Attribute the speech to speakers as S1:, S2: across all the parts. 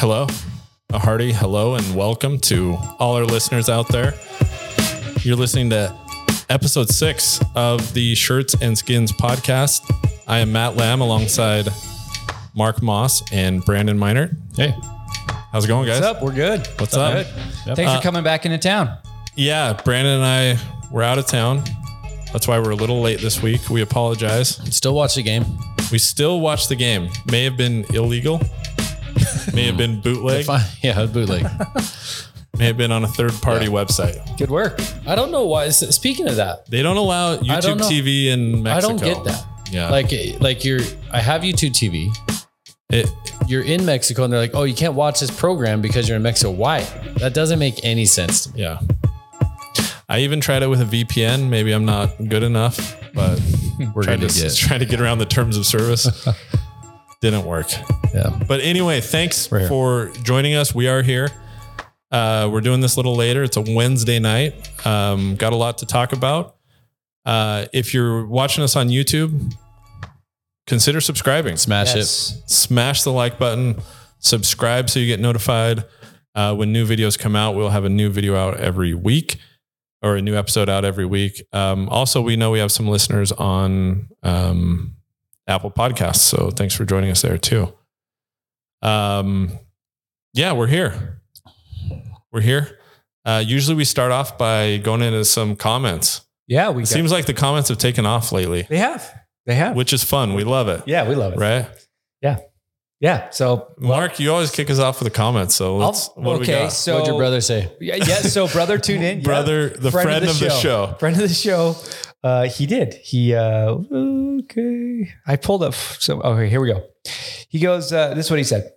S1: Hello, a hearty hello, and welcome to all our listeners out there. You're listening to episode six of the Shirts and Skins podcast. I am Matt Lamb alongside Mark Moss and Brandon Minert.
S2: Hey,
S1: How's it going, guys?
S3: What's up? We're good.
S1: What's up?
S3: Good. Thanks for coming back into town.
S1: Yeah, Brandon and I were out of town. That's why we're a little late this week. We apologize.
S3: Still watch the game.
S1: We still watch the game. May have been illegal. May have been bootleg.
S2: Hmm. fine. Yeah, bootleg.
S1: May have been on a third party website.
S3: Good work.
S4: I don't know why. s- Speaking of that,
S1: They don't allow
S4: don't
S1: YouTube
S4: know.
S1: TV in
S4: I
S1: Mexico.
S4: don't get that.
S1: Yeah.
S4: Like, eh, like you're, I have YouTube TV.
S1: it,
S4: You're in Mexico, and they're like, "Oh, you can't watch this program because you're in Mexico." Why? That doesn't make any sense to me.
S1: yeah. I even tried it with a VPN. Maybe I'm not good enough, but we're
S2: Tried
S1: going to
S2: to get-
S1: try to get around the terms of service. Didn't work.
S4: Yeah.
S1: But anyway, thanks for joining us. We are here. Uh, we're doing this a little later. It's a Wednesday night. Um, got a lot to talk about. Uh, if you're watching us on YouTube, consider subscribing.
S4: Smash
S3: Yes.
S1: Smash the like button. Subscribe so you get notified uh, when new videos come out. We'll have a new video out every week or a new episode out every week. Um, also, we know we have some listeners on um, Apple Podcasts. So thanks for joining us there too. Um, yeah, we're here. We're here. Uh, usually we start off by going into some comments.
S3: Yeah, we
S1: It
S3: got,
S1: seems like the comments have taken off lately,
S3: they have. They have.
S1: which is fun. We love it.
S3: Yeah, we love it.
S1: Right?
S3: Yeah. So
S1: Mark, you always kick us off with a comment. So let's,
S3: I'll-
S1: what do we
S3: okay.
S1: got?
S3: So
S4: What'd your brother say?
S3: Yeah, yeah. So brother, tune in. Yeah.
S1: Brother, the friend, of, the, show.
S3: Friend of the show. Uh, he did. He uh, okay. I pulled up some. Okay, here we go. He goes. Uh, this is what he said.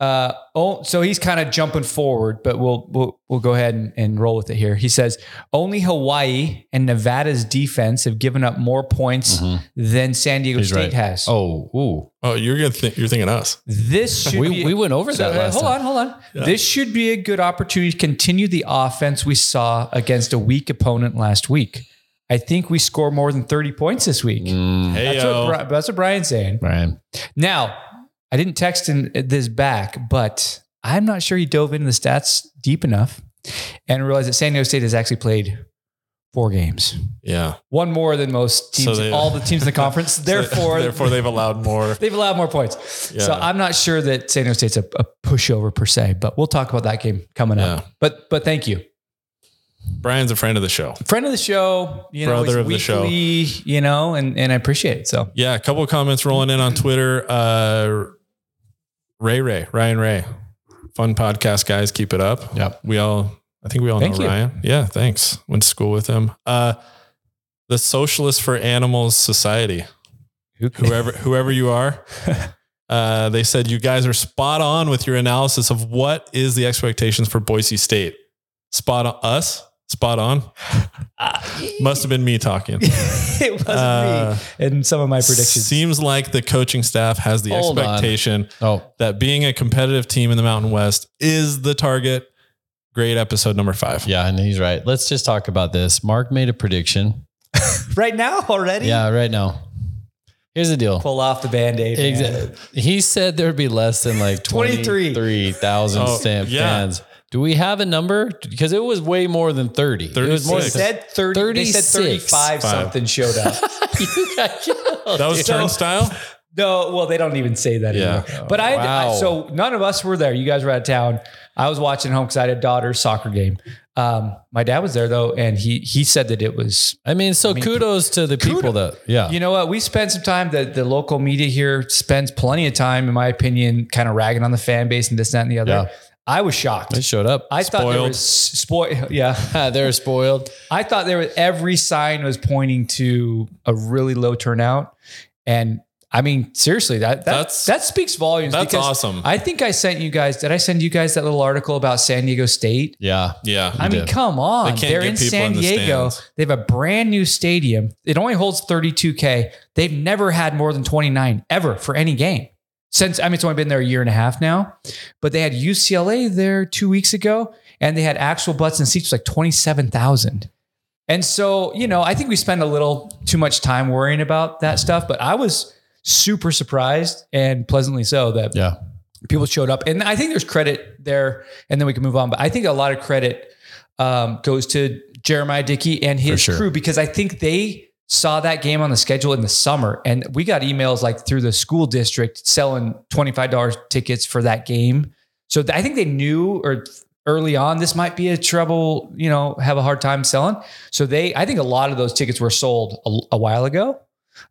S3: Uh, oh, so he's kind of jumping forward, but we'll we'll, we'll go ahead and, and roll with it here. He says only Hawaii and Nevada's defense have given up more points than San Diego
S2: He's
S3: State
S2: right.
S3: has.
S2: Oh, ooh.
S1: Oh, you're gonna think you're thinking us.
S3: This should
S4: We
S3: be,
S4: we went over
S3: So,
S4: that
S3: uh,
S4: last
S3: hold
S4: time.
S3: on, hold on. This should be a good opportunity to continue the offense we saw against a weak opponent last week. I think we score more than 30 points this week.
S4: Mm.
S1: Hey,
S3: That's, what, Bri- that's what Brian's saying.
S2: Brian.
S3: Now, I didn't text him this back, but I'm not sure he dove into the stats deep enough and realized that San Diego State has actually played four games,
S1: yeah.
S3: one more than most teams,
S1: they-
S3: all the teams in the conference. Therefore,
S1: therefore, they've allowed more.
S3: They've allowed more points. So
S1: Yeah.
S3: I'm not sure that San Diego State's a, a pushover per se, but we'll talk about that game coming up. But but thank you.
S1: Brian's a friend of the show.
S3: Friend of the show, you know,
S1: Brother
S3: it's
S1: of the show.
S3: weekly, you know, and, and I appreciate it. So
S1: Yeah, a couple of comments rolling in on Twitter. Uh, Ray Ray, Ryan Ray, fun podcast, guys. Keep it up.
S2: Yep.
S1: We all, I think we all
S3: Thank
S1: know
S3: you.
S1: Ryan. Yeah, thanks. Went to school with him. Uh, the Socialist for Animals Society. whoever whoever you are. Uh, they said you guys are spot on with your analysis of what is the expectations for Boise State. Spot on us, spot on. Must have been me talking.
S3: it wasn't
S1: Uh,
S3: me and some of my predictions.
S1: Seems like the coaching staff has the
S4: Hold on.
S1: expectation
S2: Oh,
S1: that being a competitive team in the Mountain West is the target. Great episode number five.
S2: yeah, and he's right. Let's just talk about this. Mark made a prediction.
S3: right now already?
S2: Yeah, right now. Here's the deal.
S3: Pull off the band aid.
S2: Exa- He said there'd be less than like
S3: 23.
S2: 23,000
S1: Oh,
S2: stamp
S1: yeah.
S2: fans. Do we have a number? Because it was way more than 30. It was more
S3: They
S2: than
S1: Six.
S3: said 30, they said
S2: 36.
S3: 35
S1: Five.
S3: something showed up.
S2: You got killed.
S1: That was
S3: So-
S1: turnstile.
S3: No, well, they don't even say that
S1: Yeah.
S3: anymore. But I,
S2: Wow.
S3: I, so none of us were there. You guys were out of town. I was watching home because I had a daughter's soccer game. Um, my dad was there though, and he he said that it was.
S2: I mean, so kudos to the people that, yeah.
S3: You know what? We spent some time. The the local media here spends plenty of time, in my opinion, kind of ragging on the fan base and this, that, and the other.
S2: Yeah.
S3: I was shocked.
S2: they showed up.
S3: I thought there
S1: Spoiled.
S3: was spoil. Yeah,
S2: They're spoiled.
S3: I thought there was every sign was pointing to a really low turnout, and I mean seriously, that that,
S1: That's-
S3: that speaks volumes.
S1: That's
S3: because
S1: awesome.
S3: I think I sent you guys. Did I send you guys that little article about San Diego State?
S2: Yeah.
S1: yeah.
S3: I mean,
S2: did.
S3: come on.
S1: They can't
S3: They're
S1: get
S3: in
S1: people
S3: San
S1: in the
S3: Diego.
S1: stands.
S3: They have a brand new stadium. It only holds 32K. They've never had more than 29 ever for any game. Since, I mean, it's only been there a year and a half now, but they had UCLA there two weeks ago and they had actual butts and seats like 27,000. And so, you know, I think we spend a little too much time worrying about that stuff, but I was super surprised and pleasantly so that
S2: Yeah.
S3: people showed up, and I think there's credit there, and then we can move on. But I think a lot of credit um, goes to Jeremiah Dickey and his
S4: sure.
S3: crew because I think they saw that game on the schedule in the summer, and we got emails like through the school district selling twenty five dollars tickets for that game. So th- I think they knew or early on this might be a trouble, you know, have a hard time selling. So they, I think a lot of those tickets were sold a, a while ago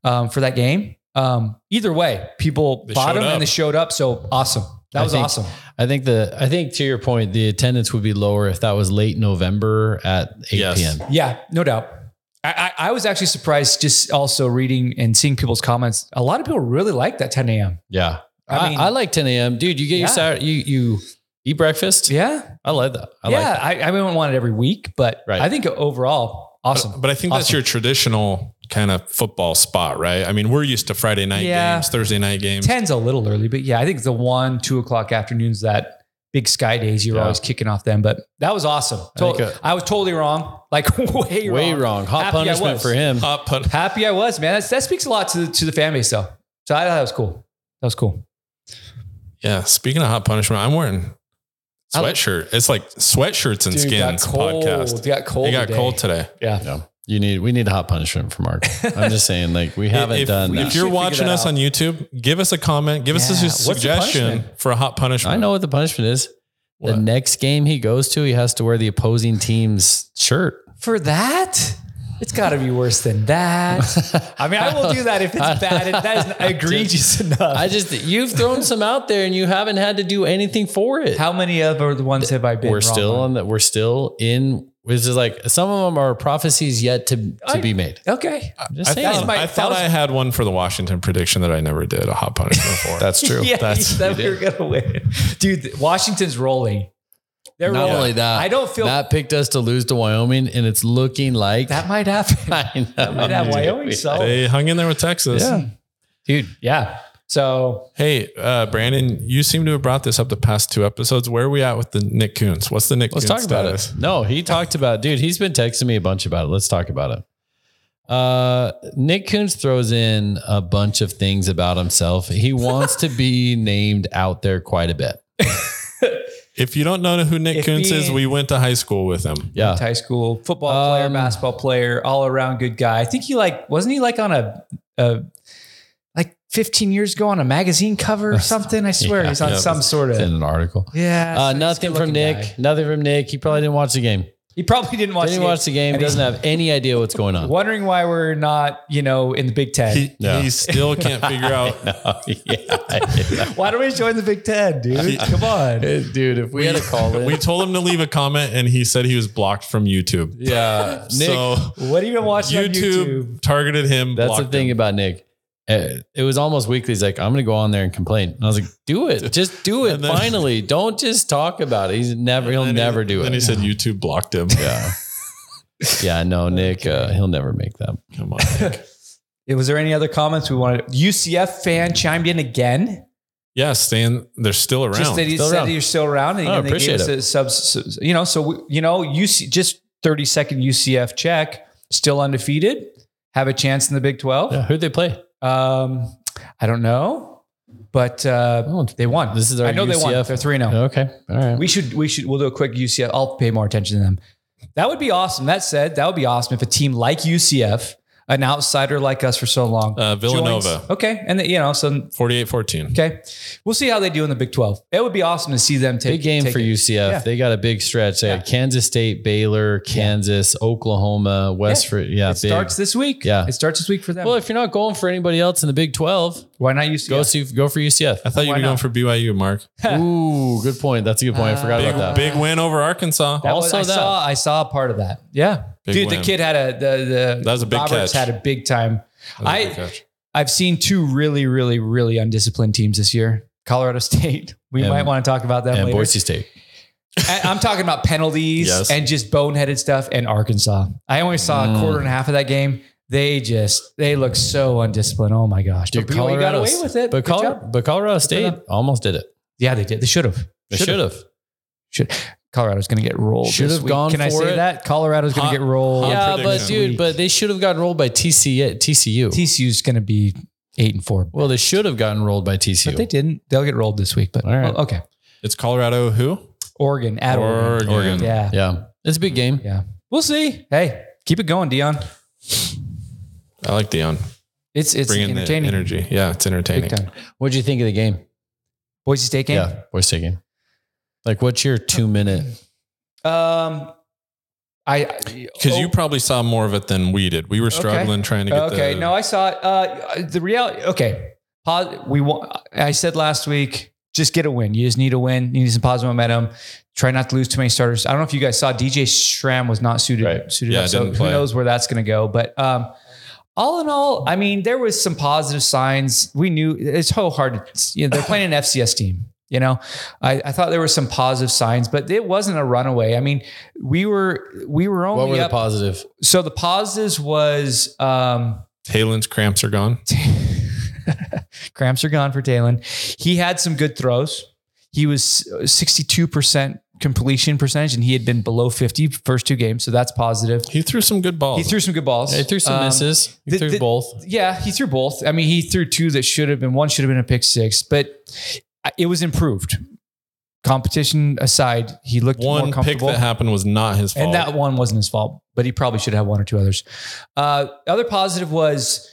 S3: um, for that game. Um, either way, people
S1: They
S3: bought
S1: showed
S3: them
S1: up.
S3: and they showed up. So awesome. That
S4: I
S3: was
S4: think-
S3: awesome.
S4: I think the I think to your point, the attendance would be lower if that was late November at eight
S1: Yes.
S4: p.m.
S3: Yeah, no doubt. I, I, I was actually surprised just also reading and seeing people's comments. A lot of people really like that 10 a.m.
S4: Yeah,
S3: I
S4: I,
S3: mean-
S4: I like ten a.m. Dude, you get
S3: Yeah.
S4: your Saturday, you you eat breakfast.
S3: Yeah.
S4: I like that. I
S3: yeah.
S4: like that.
S3: I, I wouldn't want it every week, but
S4: Right.
S3: I think overall, awesome.
S1: But I think that's
S3: Awesome.
S1: your traditional kind of football spot, right? I mean, we're used to Friday night
S3: Yeah.
S1: games, Thursday night games.
S3: 10's a little early, but yeah, I think the one, two o'clock afternoons, that big sky days, you're
S4: Yeah.
S3: always kicking off them. But that was awesome.
S4: think
S3: Tot- I was totally wrong. Like way wrong.
S4: Way wrong. Hot
S3: Happy I
S4: punishment
S3: was.
S4: for him.
S1: Hot put-
S3: Happy I was, man. That's, that speaks a lot to the, to the fan base though. So I thought that was cool. That was cool.
S1: yeah. Speaking of hot punishment, I'm wearing
S4: I like-
S1: sweatshirt. It's like sweatshirts and
S3: Dude,
S1: skins podcast.
S3: It got cold.
S1: It got
S3: today.
S1: cold today.
S4: No, you need we need a hot punishment for Mark. I'm just saying, like we haven't
S1: if,
S4: done.
S1: If
S4: that.
S1: you're
S3: should figure
S1: watching
S3: that
S1: us
S3: out.
S1: on YouTube, give us a comment. Give us
S3: Yeah.
S1: a
S3: What's the
S1: suggestion
S3: punishment?
S1: for a hot punishment.
S4: I know what the punishment is. The
S1: What?
S4: next game he goes to, he has to wear the opposing team's shirt.
S3: For that? It's got to be worse than that. I mean, I will do that if it's bad. It- That is egregious enough.
S4: I just you've thrown some out there and you haven't had to do anything for it.
S3: How many other ones have I been?
S4: we're
S3: wrong
S4: still
S3: on?
S4: on that. We're still in. This is like some of them are prophecies yet to to
S3: I-
S4: be made.
S3: Okay.
S4: I'm just
S1: I
S4: saying.
S1: thought,
S3: my-
S1: I, thought
S3: that was-
S1: I had one for the Washington prediction that I never did a hot punishment for.
S4: that's true.
S3: yeah,
S4: That's
S3: that we were gonna win, dude. Washington's rolling. They're
S4: not
S3: rolling.
S4: only that.
S3: I don't feel that,
S4: Matt picked us to lose to Wyoming, and it's looking like
S3: might happen.
S4: I know.
S3: Might have Wyoming solid.
S1: they hung in there with Texas.
S3: Yeah. dude. Yeah. So
S1: Hey, uh, Brandon, you seem to have brought this up the past two episodes. Where are we at with the Nick Coons? What's the Nick
S4: Let's
S1: Coons
S4: talk about
S1: status?
S4: it. No, he talked about dude. He's been texting me a bunch about it. Let's talk about it. Uh, Nick Coons throws in a bunch of things about himself. He wants to be named out there quite a bit.
S1: If you don't know who Nick
S3: If
S1: Coons
S3: he-
S1: is, we went to high school with him.
S4: Yeah,
S3: high school football player,
S4: Um,
S3: basketball player, all around good guy. I think he like wasn't he like on a, a like 15 years ago on a magazine cover or something. I swear
S4: Yeah,
S3: he's on
S1: yeah,
S3: some sort
S4: it's in
S3: of
S4: an article.
S3: yeah.
S4: Uh,
S3: so he's a
S4: nothing from
S3: good-looking
S4: Nick.
S3: guy.
S4: Nothing from Nick. He probably didn't watch the game.
S3: He probably didn't watch.
S4: didn't
S3: the
S4: watch the game.
S3: And he's-
S4: Doesn't have any idea what's going on.
S3: Wondering why we're not you know in the Big Ten.
S1: He,
S4: Yeah.
S1: he still can't figure out.
S4: No, yeah.
S3: Why don't we join the Big Ten, dude? Come on.
S4: dude. If we had a call in,
S1: We told him to leave a comment, and he said he was blocked from YouTube.
S4: yeah, Nick.
S1: so
S3: What are you watching on
S1: YouTube,
S3: YouTube?
S1: targeted him.
S4: That's the
S1: blocked
S4: thing
S1: him.
S4: about Nick. Uh, It was almost weekly. He's like, I'm going to go on there and complain. And I was like, do it. Just do it.
S1: And then-
S4: Finally. Don't just talk about it. He's never, he'll
S1: And then
S4: never
S1: he,
S4: do
S1: Then he
S4: it.
S1: said YouTube blocked him.
S4: Yeah. yeah. No, Nick, uh, he'll never make that.
S1: Come on.
S3: Was there any other comments we wanted? UCF fan chimed in again.
S1: Yeah, Stan, they're still around.
S3: Just that he
S4: Still
S3: said
S4: around.
S3: that you're still around. And,
S4: Oh,
S3: and they
S4: appreciate
S3: gave us
S4: it.
S3: a sub, sub- you know, so, we, you know, UC, just 30 second UCF check, still undefeated, have a chance in the Big 12.
S4: Yeah. Who'd they play?
S3: Um, I don't know, but uh,
S4: Oh,
S3: they won.
S4: this is our
S3: I know they won.
S4: UCF.
S3: They're oh. 3 0.
S4: Okay. All right.
S3: We should we should we'll do a quick UCF. I'll pay more attention to them. That would be awesome. That said, that would be awesome if a team like UCF, an outsider like us for so long,
S1: Uh, Villanova.
S3: joins. Okay, and you know, so
S1: 48 14.
S3: okay, we'll see how they do in the Big Twelve. It would be awesome to see them take
S4: big game
S3: take
S4: for
S3: it.
S4: UCF.
S3: Yeah.
S4: They got a big stretch. They
S3: Yeah.
S4: got Kansas State, Baylor, Kansas, Oklahoma, West. Yeah. yeah.
S3: It
S4: big.
S3: starts this week.
S4: Yeah.
S3: it starts this week for them.
S4: well, if you're not going for anybody else in the Big 12,
S3: Why not UCF?
S4: go, see, go for UCF.
S1: I thought you
S3: Why
S1: were going
S3: not?
S1: for BYU, Mark.
S4: Ooh, good point. That's a good point. I forgot
S1: Uh, Big,
S4: about that.
S1: big win over Arkansas.
S3: That was-
S4: also
S3: I
S4: that.
S3: saw I saw a part of that. Yeah,
S1: Big
S3: dude,
S1: win.
S3: the kid had a the the
S1: That was a big
S3: Roberts
S1: catch.
S3: had a big time.
S1: That was a
S3: I-
S1: good catch.
S3: I've seen two really really really undisciplined teams this year. Colorado State. We
S4: And-
S3: might want to talk about that
S4: and
S3: later.
S4: Boise State.
S3: I- I'm talking about penalties
S1: Yes.
S3: and just boneheaded stuff. And Arkansas, I only saw a
S4: Mm.
S3: quarter and a half of that game. They just they look so undisciplined. Oh my gosh!
S4: Dude,
S3: but BYU got
S4: Colorado-
S3: away with it.
S4: But,
S3: Good
S4: Colo-
S3: job.
S4: but Colorado
S3: for
S4: State
S3: them.
S4: almost did it.
S3: yeah, they did. They should have.
S4: They should have.
S3: Colorado's going to get rolled.
S4: Should
S3: this
S4: have
S3: week.
S4: gone
S3: Can I
S4: for
S3: say
S4: it.
S3: that Colorado's going
S1: Hot-
S3: to get rolled?
S1: hot
S4: Yeah, but
S1: prediction.
S4: dude, but they should have gotten rolled by TC, TCU.
S3: TCU's going to be eight and four.
S4: Well, they should have gotten rolled by
S3: But they
S4: TCU.
S3: didn't. They'll get rolled this week. But
S4: All right.
S3: oh, okay,
S1: It's Colorado who?
S3: Oregon at Oregon.
S1: Oregon.
S3: Yeah,
S4: Yeah, it's a big game.
S3: yeah. We'll see. Hey, keep it going, Dion.
S1: I like Dion.
S3: It's it's
S1: Bringing the
S3: entertaining.
S1: energy. Yeah, it's entertaining.
S3: Big time.
S4: What'd you think of the game?
S3: Boise State game.
S4: Yeah, voice taking. Like, what's your two minute?
S3: Um, I
S1: Because you
S3: oh,
S1: probably saw more of it than we did. We were struggling trying to get
S3: okay.
S1: the.
S3: no, I saw it. Uh, the reality. Okay, Pos- we want. I said last week, just get a win. You just need a win. You need some positive momentum. Try not to lose too many starters. I don't know if you guys saw DJ Stram was not suited
S4: Right.
S3: suited
S1: Yeah,
S3: up. So
S1: didn't
S3: who
S1: play.
S3: knows where that's going to go? But um, all in all, I mean, there was some positive signs. We knew it's so hard. to- You know, they're playing an FCS team. You know, I, I thought there were some positive signs, but it wasn't a runaway. I mean, we were we were only
S4: What were the
S3: up-
S4: positive?
S3: so the positives was um,
S1: Talon's cramps are gone.
S3: cramps are gone for Dalen. He had some good throws. He was 62% completion percentage, and he had been below 50 first two games. So that's positive.
S1: He threw some good balls.
S3: He threw some good balls.
S4: They threw some
S3: Um,
S4: misses. They
S3: the-
S4: threw
S3: the-
S4: both.
S3: Yeah, he threw both. I mean, he threw two that should have been one should have been a pick six, but it was improved. Competition aside, he looked
S1: one
S3: more
S1: pick
S3: comfortable.
S1: that happened was not his fault.
S3: And that one wasn't his fault, but he probably should have one or two others. Uh, other positive was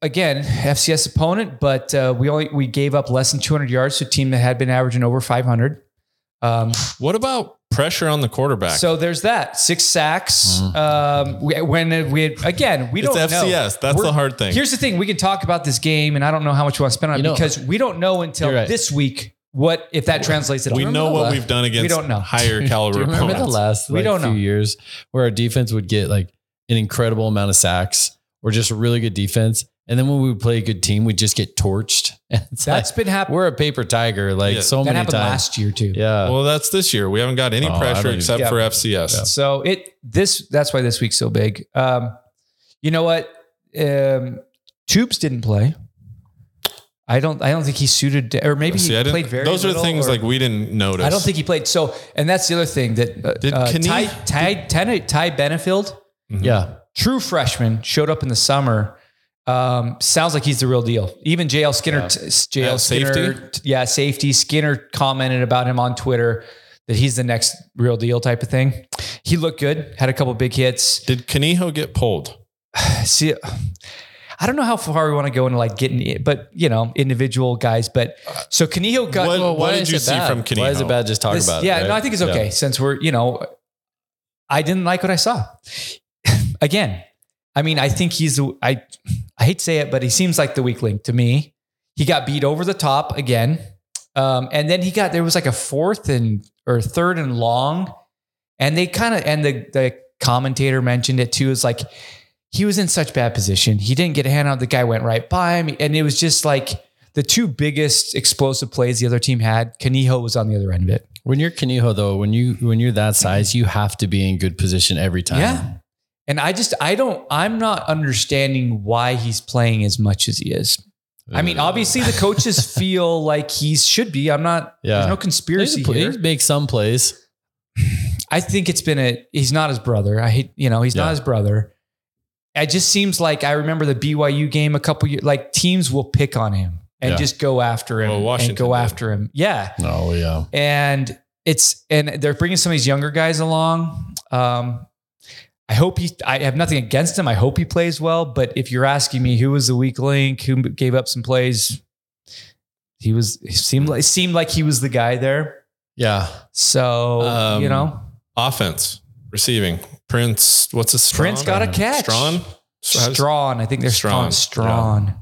S3: again FCS opponent, but uh, we only we gave up less than 200 yards to a team that had been averaging over 500. Um,
S1: what about pressure on the quarterback?
S3: so there's that six sacks. Um, we, when we had, again we
S1: Mm-hmm. it's
S3: don't know.
S1: FCS. That's
S3: We're-
S1: the hard thing.
S3: Here's the thing: we can talk about this game, and I don't know how much we want to spend on
S4: You
S3: it
S4: know-
S3: because we don't know until
S4: You're right.
S3: this week what if that translates at all.
S1: we know what we've done against
S3: don't know.
S1: higher
S4: Do
S1: caliber
S4: you remember the
S1: opponents.
S4: last
S3: We
S4: like,
S3: don't
S4: few
S3: know.
S4: years where our defense would get like an incredible amount of sacks or just a really good defense? And then when we would play a good team, we'd just get torched. It's
S3: That's been
S4: like,
S3: happening.
S4: we're a paper tiger, like
S1: Yeah.
S4: so
S3: That
S4: many
S3: happened
S4: times.
S3: last year too.
S4: yeah.
S1: well, that's this year. We haven't got any
S4: Oh, I
S1: pressure
S4: don't even-
S1: except
S3: Yeah.
S1: for FCS.
S3: So it this that's why this week's so big. Um, you know what? Um, Tubes didn't play. I don't. I don't think he suited, or maybe
S1: See, I
S3: he
S1: didn't-
S3: played very.
S1: those are the
S3: little,
S1: things
S3: or-
S1: like we didn't notice.
S3: I don't think he played. So, and that's the other thing that uh,
S1: Did
S3: uh,
S1: Kane-
S3: Ty Ty Ty, Ty Benefield,
S4: yeah.
S3: true freshman, showed up in the summer. Um, sounds like he's the real deal. Even JL Skinner, t- JL
S1: At
S3: Skinner,
S1: safety?
S3: t- yeah, safety. Skinner commented about him on Twitter that he's the next real deal type of thing. He looked good, had a couple big hits.
S1: Did Canijo get pulled?
S3: see I don't know how far we want to go into like getting it, but you know, individual guys. But so Canio got
S1: What-
S4: Well,
S1: what
S4: why
S1: did
S4: is
S1: you
S4: it
S1: see
S4: bad?
S1: from
S4: Why is
S1: Canino?
S4: it bad? Just talk
S3: this-
S4: about it.
S3: yeah,
S4: right?
S3: no, I think it's
S4: Yeah.
S3: okay since we're, you know, I didn't like what I saw. Again, I mean, I think he's the I I hate to say it, but he seems like the weak link to me. He got beat over the top again. Um, and then he got there was like a fourth and or third and long. And they kind of and the the commentator mentioned it too, is like he was in such bad position. He didn't get a handout. The guy went right by him. And it was just like the two biggest explosive plays the other team had, Canijo was on the other end of it.
S4: When you're Canijo though, when you when you're that size, you have to be in good position every time.
S3: Yeah. And I just, I don't, I'm not understanding why he's playing as much as he is. I mean, obviously the coaches feel like he should be. I'm not,
S4: Yeah.
S3: there's no conspiracy
S4: He
S3: here.
S4: makes some plays.
S3: I think it's been a, he's not his brother. I hate, you know, he's
S4: Yeah.
S3: not his brother. It just seems like I remember the BYU game a couple years, like teams will pick on him and
S4: Yeah.
S3: just go after him
S1: Well,
S3: and
S1: Washington
S3: go
S1: did.
S3: after him. Yeah.
S4: Oh yeah.
S3: and it's and they're bringing some of these younger guys along. Um, I hope he. I have nothing against him. I hope he plays well. But if you're asking me who was the weak link, who gave up some plays, he was. He seemed like seemed like he was the guy there.
S4: Yeah.
S3: So
S1: Um,
S3: you know,
S1: Offense, receiving. Prince, what's his
S3: Prince got a catch.
S1: Strawn? How does-
S3: Strawn. I think they're Strawn.
S1: Strawn,
S3: Strawn.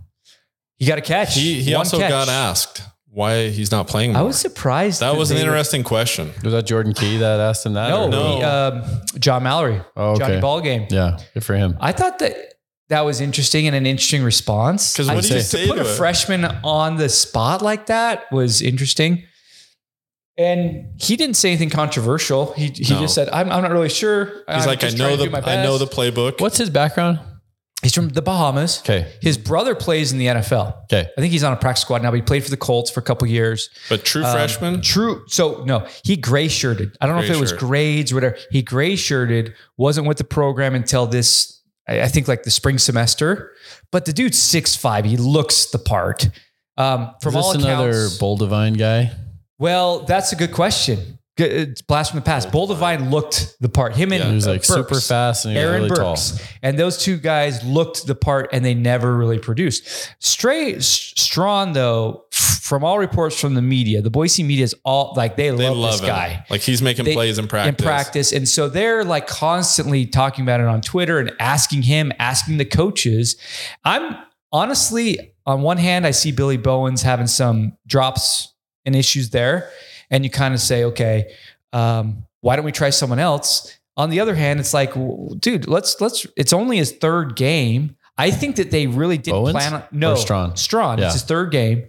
S3: He got a catch.
S1: He he
S3: One
S1: also
S3: catch.
S1: got asked why he's not playing.
S3: I
S1: more.
S3: was surprised.
S1: that was an
S3: they-
S1: interesting question.
S4: Was that Jordan Key that asked him that?
S3: No,
S4: or-
S1: No.
S3: he, um, John Mallory,
S4: Oh, okay.
S3: Johnny Ball game.
S4: Yeah. Good for him.
S3: I thought that that was interesting and an interesting response.
S1: 'Cause
S3: I
S1: what do you
S3: think
S1: say
S3: to put
S1: to
S3: a
S1: it?
S3: freshman on the spot like that was interesting. And he didn't say anything controversial. He he
S1: No.
S3: just said, "I'm I'm not really sure."
S1: He's like, I know the I know the playbook.
S4: What's his background?
S3: He's from the Bahamas.
S4: Okay.
S3: His brother plays in the NFL.
S4: Okay.
S3: I think he's on a practice squad now, but he played for the Colts for a couple years.
S1: But true
S3: Um,
S1: freshman,
S3: True. So no, he gray shirted. I don't know if
S1: Gray
S3: it was
S1: shirt.
S3: grades or whatever. He gray shirted, wasn't with the program until this I, I think like the spring semester. But the dude's six five. He looks the part. Um, from
S4: Is this
S3: all
S4: another
S3: accounts,
S4: Boldivine guy?
S3: well, that's a good question. G- uh, It's blast from the past. Boldivine looked the part. Him and
S4: He was
S3: uh,
S4: like
S3: Burks.
S4: super fast and he was
S3: Aaron
S4: really
S3: Burks.
S4: tall.
S3: And those two guys looked the part and they never really produced. Stray S- Strawn, though, f- from all reports from the media, the Boise media is all like they,
S1: They
S3: love,
S1: love
S3: this
S1: him.
S3: guy.
S1: Like he's making
S3: They-
S1: plays in practice.
S3: In practice. And so they're like constantly talking about it on Twitter and asking him, asking the coaches. I'm honestly, on one hand, I see Billy Bowens having some drops and issues there. And you kind of say, okay, um, why don't we try someone else? On the other hand, it's like, w- dude, let's let's. It's only his third game. I think that they really didn't
S4: Bowens
S3: plan on no
S4: or Strawn?
S3: Strawn.
S4: Yeah.
S3: It's his third game.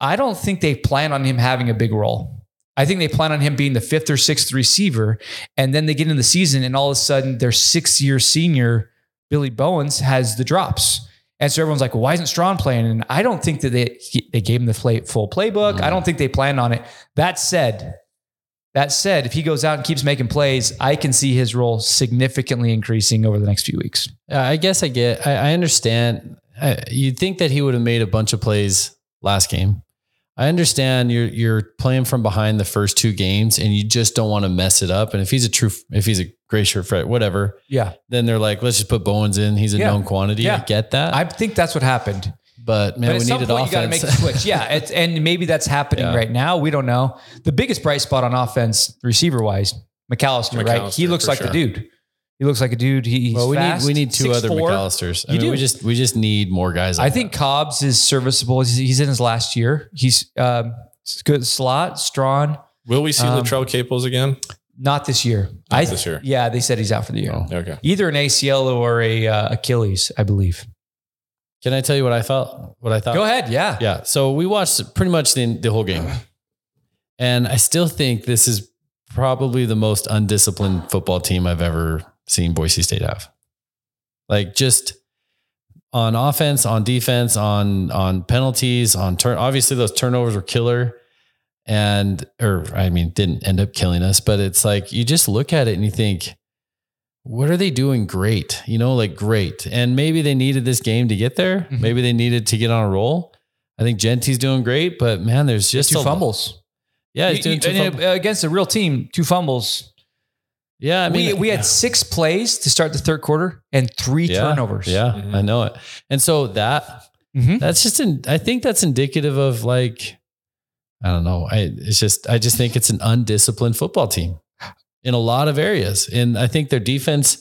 S3: I don't think they plan on him having a big role. I think they plan on him being the fifth or sixth receiver, and then they get in the season, and all of a sudden, their six-year senior Billy Bowens has the drops. And so everyone's like, well, why isn't Strawn playing? And I don't think that they he- they gave him the play, full playbook. I don't think they planned on it. That said, that said, if he goes out and keeps making plays, I can see his role significantly increasing over the next few weeks.
S4: Yeah, I guess I get. I, I understand. I, you'd think that he would have made a bunch of plays last game. I understand you're you're playing from behind the first two games, and you just don't want to mess it up. And if he's a true, if he's a gray shirt Fred, whatever,
S3: Yeah.
S4: then they're like, let's just put Bowens in. He's a
S3: Yeah.
S4: known quantity.
S3: Yeah.
S4: I get that.
S3: I think that's what happened.
S4: but man,
S3: but at
S4: we
S3: some
S4: needed
S3: point,
S4: offense.
S3: you got to make a switch. Yeah. It's, and maybe that's happening
S4: Yeah.
S3: right now. We don't know. The biggest bright spot on offense, receiver wise, McAllister, right? He
S1: McAllister,
S3: looks
S1: for
S3: like the
S1: sure.
S3: dude. He looks like a dude. He- He's
S4: well, we
S3: fast,
S4: need we need two other
S3: 6'4".
S4: McAllisters. I
S3: You
S4: mean,
S3: do.
S4: we just we just need more guys.
S3: I
S4: like
S3: think Cobb's is serviceable. He's, he's in his last year. He's um, good slot, strong.
S1: Will we see
S3: Um,
S1: Latrell Caples again?
S3: Not this year.
S1: Not
S3: I
S1: this year.
S3: Yeah, they said he's out for the year.
S4: Oh.
S1: Okay.
S3: Either an ACL or a uh, Achilles, I believe.
S4: that. Can I tell you what I thought? What I thought?
S3: Go ahead. Yeah.
S4: Yeah. So we watched pretty much the, the whole game. And I still think this is probably the most undisciplined football team I've ever seen Boise State have. Like just on offense, on defense, on on penalties, on turn obviously those turnovers were killer and or I mean didn't end up killing us, but it's like you just look at it and you think what are they doing great? You know, like great. And maybe they needed this game to get there.
S3: Mhm.
S4: Maybe they needed to get on a roll. I think Genty's doing great, but man, there's just
S3: two
S4: a-
S3: fumbles.
S4: Yeah, he's
S3: You-
S4: doing
S3: you-
S4: two
S3: and, uh,
S4: fumbles.
S3: Against a real team, two fumbles.
S4: Yeah, I mean,
S3: we, we had six plays to start the third quarter and three
S4: yeah,
S3: turnovers. Mm-hmm.
S4: Yeah,
S1: Mhm.
S4: I know it. And so that
S3: Mhm.
S4: that's just in, I think that's indicative of like I don't know. I it's just I just think it's an undisciplined football team in a lot of areas. And I think their defense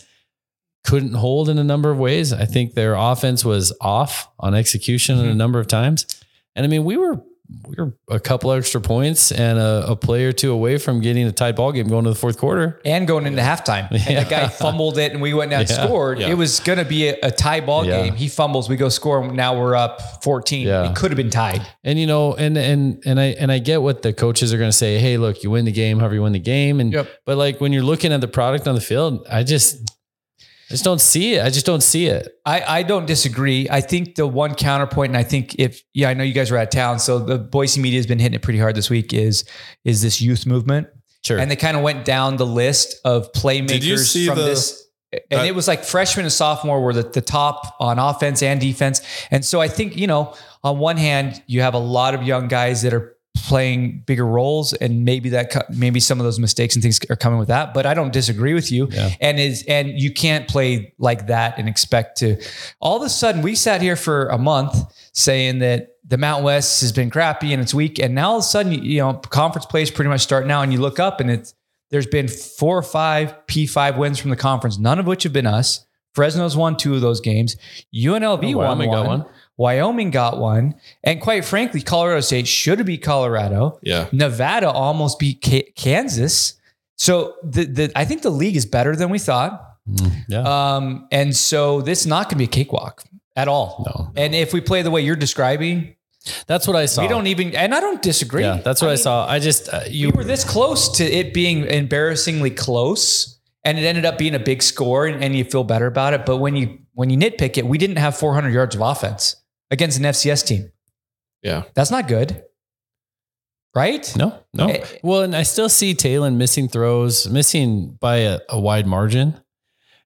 S4: couldn't hold in a number of ways. I think their offense was off on execution in a
S3: Mhm.
S4: number of times. And I mean, we were we were a couple extra points and a, a play or two away from getting a tied ball game going to the fourth quarter.
S3: And going into halftime, and that guy
S4: Yeah.
S3: fumbled it, and we went down and
S4: Yeah.
S3: scored.
S1: Yeah.
S3: It was going to be a, a tie ball
S4: Yeah.
S3: game. He fumbles, we go score, and now we're up fourteen.
S4: Yeah.
S3: It could have been tied.
S4: And you know, and and and I and I get what the coaches are going to say. Hey, look, you win the game, however you win the game, and
S3: Yep.
S4: but like when you're looking at the product on the field, I just I just don't see it. I just don't see it.
S3: I, I don't disagree. I think the one counterpoint, and I think if yeah, I know you guys were out of town, so the Boise media has been hitting it pretty hard this week. Is is this youth movement?
S4: Sure.
S3: And they kind of went down the list of
S1: Did you
S3: playmakers
S1: see
S3: from
S1: the-
S3: this. And
S1: that-
S3: it was like freshman and sophomore were the, the top on offense and defense. And so I think, you know, on one hand, you have a lot of young guys that are playing bigger roles and maybe that co- maybe some of those mistakes and things are coming with that but i don't disagree with you
S4: Yeah.
S3: and is and you can't play like that and expect to all of a sudden we sat here for a month saying that the Mount West has been crappy and it's weak. And now all of a sudden, you- you know, conference plays pretty much start now, and you look up and it's there's been four or five P5 wins from the conference, none of which have been us. Fresno's won two of those games. UNLV
S4: Oh,
S3: won
S4: Wyoming
S3: one.
S4: got one.
S3: Wyoming got one. And quite frankly, Colorado State should be Colorado.
S1: Yeah.
S3: Nevada almost beat K- Kansas. So the, the I think the league is better than we thought.
S4: Mm, yeah.
S3: Um, and so this is not going to be a cakewalk at all.
S4: no.
S3: And if we play the way you're describing,
S4: That's what I saw.
S3: we don't even, and I don't disagree.
S4: Yeah, that's what I,
S3: mean,
S4: saw. I just uh, you
S3: We were this close to it being embarrassingly close, and it ended up being a big score, and, and you feel better about it. But when you when you nitpick it, we didn't have 400 yards of offense against an FCS team.
S1: Yeah.
S3: That's not good, right?
S4: no no.
S3: Eh,
S4: Well, and I still see Talon missing throws, missing by a, a wide margin.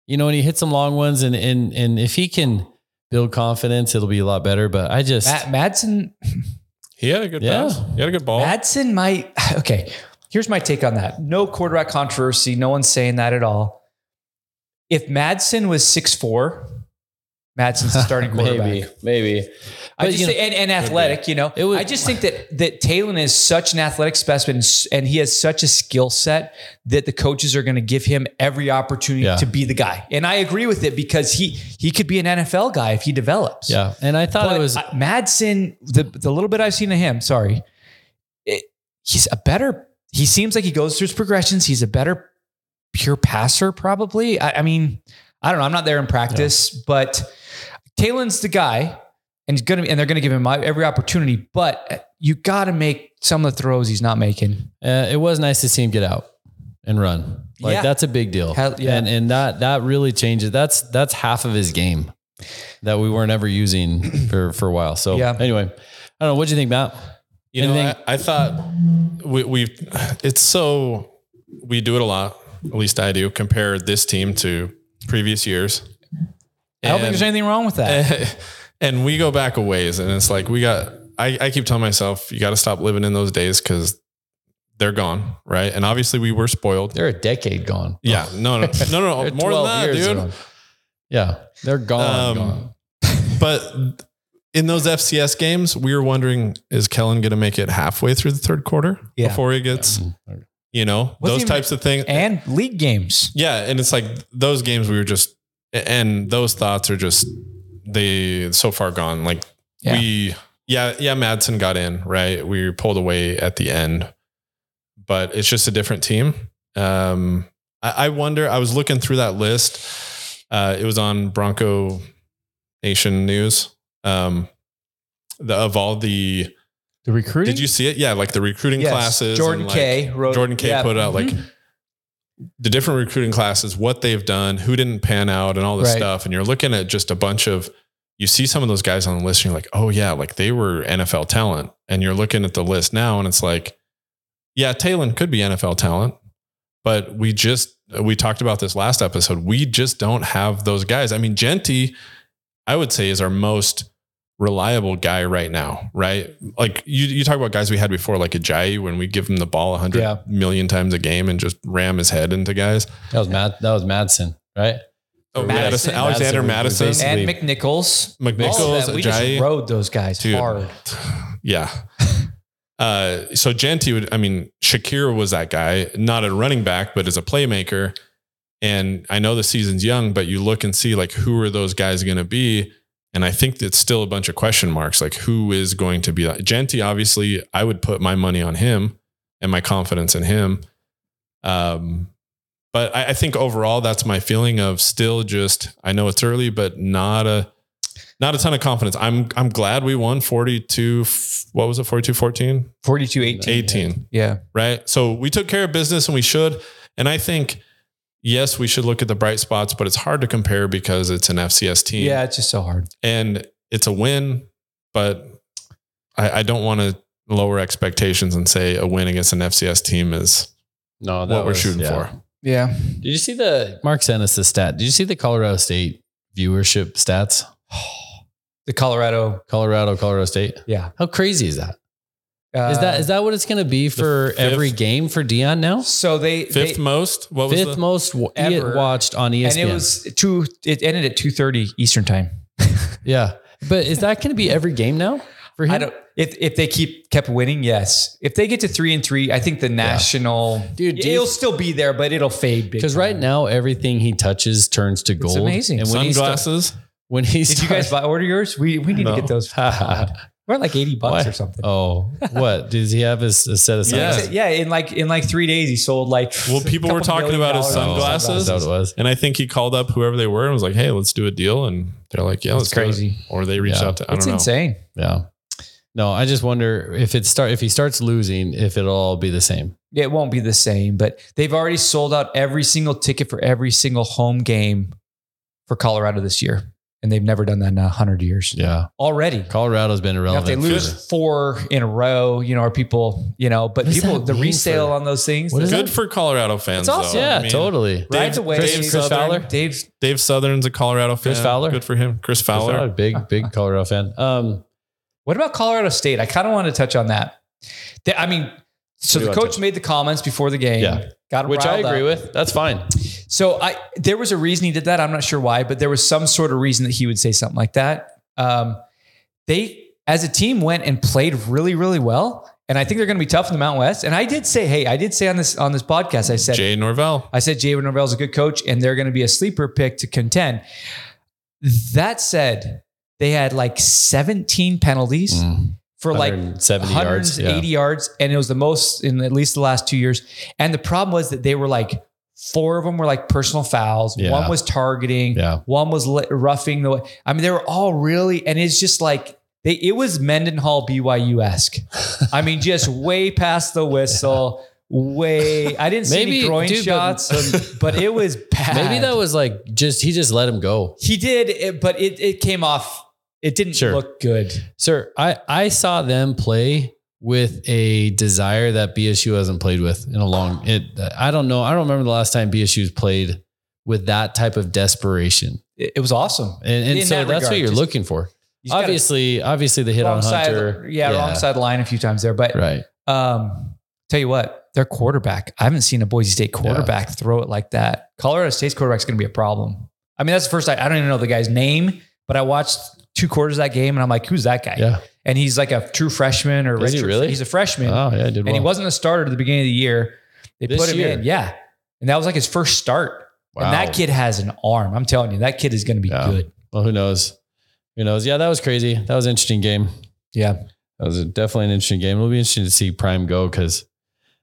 S4: you know, and he hits some long ones, and and and if he can build confidence, it'll be a lot better. But I just
S3: Matt, Madsen
S1: He had a good
S4: Yeah.
S1: pass. He had a good ball.
S3: Madsen might. Okay, here's my take on that. No quarterback controversy. No one's saying that at all. If Madsen was 6'4, Madsen's the starting quarterback.
S4: maybe maybe But,
S3: I just
S4: you know,
S3: think- and, and athletic, you know.
S4: It was-
S3: I just think that that Talon is such an athletic specimen, s- and he has such a skill set that the coaches are going to give him every opportunity
S4: Yeah.
S3: to be the guy. And I agree with it because he he could be an NFL guy if he develops.
S4: yeah. And I thought
S3: But
S4: it was
S3: I- Madsen, the the little bit I've seen of him, sorry, it- he's a better. He seems like he goes through his progressions. He's a better pure passer, probably. I, I mean, I don't know. I'm not there in practice, but Talon's the guy, and he's gonna and they're gonna give him every opportunity. But you got to make some of the throws he's not making.
S4: uh, it was nice to see him get out and run. Like
S3: Yeah.
S4: that's a big deal.
S3: Hell, yeah.
S4: And and that that really changes. That's that's half of his game that we weren't ever using for for a while. So
S3: Yeah.
S4: anyway, I don't know. What do you think, Matt?
S1: You know,
S4: Anything-
S1: I, I thought we, we, it's so, we do it a lot, at least I do, compare this team to previous years.
S3: I don't think there's anything wrong with that.
S1: and we go back a ways and it's like we got I, I keep telling myself you got to stop living in those days because they're gone right and obviously we were spoiled
S4: They're a decade gone.
S1: yeah no no no no, no
S4: They're
S1: more than
S4: 12
S1: that
S4: years
S1: dude
S4: gone. Yeah, they're
S1: Um,
S4: gone. gone.
S1: but in those FCS games we were wondering is Kellen going to make it halfway through the third quarter
S3: Yeah.
S1: before he gets
S4: Mm-hmm.
S1: you know
S3: Wasn't
S1: those
S3: even-
S1: types of things
S3: and league games.
S1: yeah and it's like those games we were just and those thoughts are just they so far gone like
S3: Yeah.
S1: we yeah yeah madsen got in right we pulled away at the end but it's just a different team um i, I wonder i was looking through that list uh it was on bronco nation news um the, of all the
S4: The recruiting.
S1: did you see it yeah like the recruiting
S3: Yes.
S1: classes
S3: Jordan
S1: and, like,
S3: K. Wrote,
S1: Jordan K
S3: Yeah. mm-hmm.
S1: put out like the different recruiting classes, what they've done, who didn't pan out, and all this
S3: Right.
S1: stuff. And you're looking at just a bunch of you see some of those guys on the list, and you're like, oh yeah, like they were NFL talent. And you're looking at the list now, and it's like, yeah, Talon could be NFL talent, but we just we talked about this last episode. We just don't have those guys. I mean, Genty, I would say, is our most reliable guy right now, right? Like you you talk about guys we had before, like Ajayi, when we give him the ball a hundred
S4: Yeah.
S1: million times a game and just ram his head into guys.
S4: that was Matt. That was Madsen, right?
S1: Oh,
S3: Madison.
S1: Madison, Alexander
S4: Madison.
S1: Madison,
S3: and McNichols. All of
S1: McNichols,
S3: that. We just
S1: Ajayi.
S3: rode those guys
S1: Dude.
S3: hard.
S1: Yeah. Uh, so Genty would, I mean, Shakir was that guy, not a running back, but as a playmaker. And I know the season's young, but you look and see like who are those guys going to be? And I think it's still a bunch of question marks. Like who is going to be that? Genty, obviously, I would put my money on him and my confidence in him. Um, but I, I think overall, that's my feeling of still just. I know it's early, but not a not a ton of confidence. I'm I'm glad we won 42 f- what was it 42 14
S3: 42 18.
S1: 18,
S3: Yeah.
S1: right? So we took care of business and we should and I think yes, we should look at the bright spots, but it's hard to compare because it's an FCS team
S3: Yeah, it's just so hard.
S1: and it's a win, but I, I don't want to lower expectations and say a win against an FCS team is
S4: No,
S1: what we're shooting for.
S3: Yeah.
S4: Did you see the Mark sent us the stat? Did you see the Colorado State viewership stats?
S3: The Colorado.
S4: Colorado, Colorado State.
S3: Yeah.
S4: How crazy is that?
S3: Uh,
S4: Is that is that what it's going to be for
S1: fifth-
S4: every game for Dion now?
S3: Uh, so they
S1: Fifth
S3: they,
S1: most? What was
S4: Fifth
S1: the,
S4: most w-
S3: Ever.
S4: ever watched on E ESPN.
S3: and it was two. It ended at two thirty Eastern time.
S4: yeah, but is that going to be every game now for
S3: I
S4: him?
S3: don't. If if they keep kept winning, yes. If they get to three and three, I think the national
S4: Dude, do you-
S3: it'll still be there, but it'll fade big
S4: Because right
S3: time.
S4: now everything he touches turns to gold.
S3: amazing.
S4: And when He
S1: sunglasses?
S4: sta- when he
S3: Did you guys
S4: starts-
S3: buy order yours? We we need
S1: No.
S3: to get those. We're at like eighty bucks
S4: Why?
S3: or something.
S4: oh, what does he have? His a set of
S1: Yeah.
S4: sunglasses?
S3: Yeah, in like in like three days, he sold like.
S1: Well,
S3: a
S1: people were
S3: couple
S1: talking
S3: million
S1: about his
S3: dollars
S4: Oh,
S3: worth of
S1: sunglasses.
S4: Is that what it was?
S1: And I think he called up whoever they were and was like, "Hey, let's do a deal." And they're like, "Yeah,
S3: That's
S1: let's do it."
S3: crazy.
S1: Or they reached
S4: Yeah.
S1: out to I
S3: It's
S1: don't know.
S3: insane.
S4: Yeah. No, I just wonder if it start if he starts losing, if it'll all be the same.
S3: it won't be the same, but they've already sold out every single ticket for every single home game for Colorado this year. and they've never done that in a hundred years
S4: Yeah.
S3: already.
S4: Colorado's been
S3: Now, if
S4: irrelevant.
S3: they lose
S4: for-
S3: four in a row, you know, are people, you know, but
S4: What does
S3: people,
S4: that
S3: the
S4: mean
S3: resale
S4: for-
S3: on those things,
S4: What is
S3: the-
S4: that?
S1: Good for Colorado fans.
S3: It's awesome.
S1: though.
S4: yeah,
S1: I mean,
S4: totally.
S1: Dave-
S3: rides away.
S1: Chris- Chris
S3: Southern-
S4: Fowler?
S3: Dave's
S1: Dave Southern's a Colorado fan.
S4: Chris Fowler?
S1: Good for him. Chris Fowler.
S4: Colorado, Big, big Colorado fan. Um,
S3: What about Colorado State? I kind of want to touch on that. They- I mean, so
S4: We
S3: the
S4: want to
S3: coach made the comments before the game.
S4: Yeah.
S3: Got him
S4: which I
S3: riled
S4: agree
S3: up.
S4: with. That's fine.
S3: So I there was a reason he did that. I'm not sure why, but there was some sort of reason that he would say something like that. Um, they as a team went and played really, really well. And I think they're gonna be tough in the Mountain West. And I did say, hey, I did say on this on this podcast, I said
S1: Jay Norvell.
S3: I said Javen Norvell's a good coach, and they're going to be a sleeper pick to contend. That said, they had like 17 penalties
S4: Mm.
S3: for like
S4: 170 yards, yeah.
S3: 180 yards, and it was the most in at least the last two years. And the problem was that they were like four of them were like personal fouls.
S4: Yeah.
S3: One was targeting.
S4: Yeah.
S3: One was li- roughing the way. I mean, they were all really, and it's just like. They, it was Mendenhall BYU esque. I mean, just way past the whistle. Way, I didn't see any
S4: Maybe-
S3: groin
S4: dude, but-
S3: shots, um, but, it was bad.
S4: Maybe that was like just, he just let him go.
S3: he did, it, but it it came off. It didn't
S4: Sure.
S3: look good.
S4: Sir, I, I saw them play with a desire that BSU hasn't played with in a long it I don't know. I don't remember the last time BSU's played with that type of desperation.
S3: It, it was awesome.
S4: And, and
S3: In
S4: so
S3: that
S4: that's what
S3: regard,
S4: you're
S3: just-
S4: looking for.
S3: You just gotta-
S4: Obviously, obviously the hit
S3: wrong
S4: on
S3: side of the-
S4: Hunter.
S3: yeah, wrong side of the line a few times there. But
S4: Right.
S3: um, tell you what, their quarterback. I haven't seen a Boise State quarterback throw it like that. Colorado State's quarterback's going to be a problem. I mean, that's the first. I, I don't even know the guy's name, but I watched two quarters of that game, and I'm like, who's that guy?
S4: Yeah.
S3: And he's like a true freshman or
S4: Is he
S3: redshirt-
S4: really?
S3: He's a freshman,
S4: Oh yeah, I did
S3: and he
S4: well.
S3: wasn't a starter at the beginning of the year. They
S4: This
S3: put him
S4: year?
S3: in, yeah, and that was like his first start.
S4: Wow.
S3: And that kid has an arm. I'm telling you, that kid is going to be
S4: Yeah.
S3: good.
S4: Well, who knows? Who knows? Yeah, that was crazy. That was an interesting game.
S3: Yeah.
S4: That was a- definitely an interesting game. It'll be interesting to see Prime go because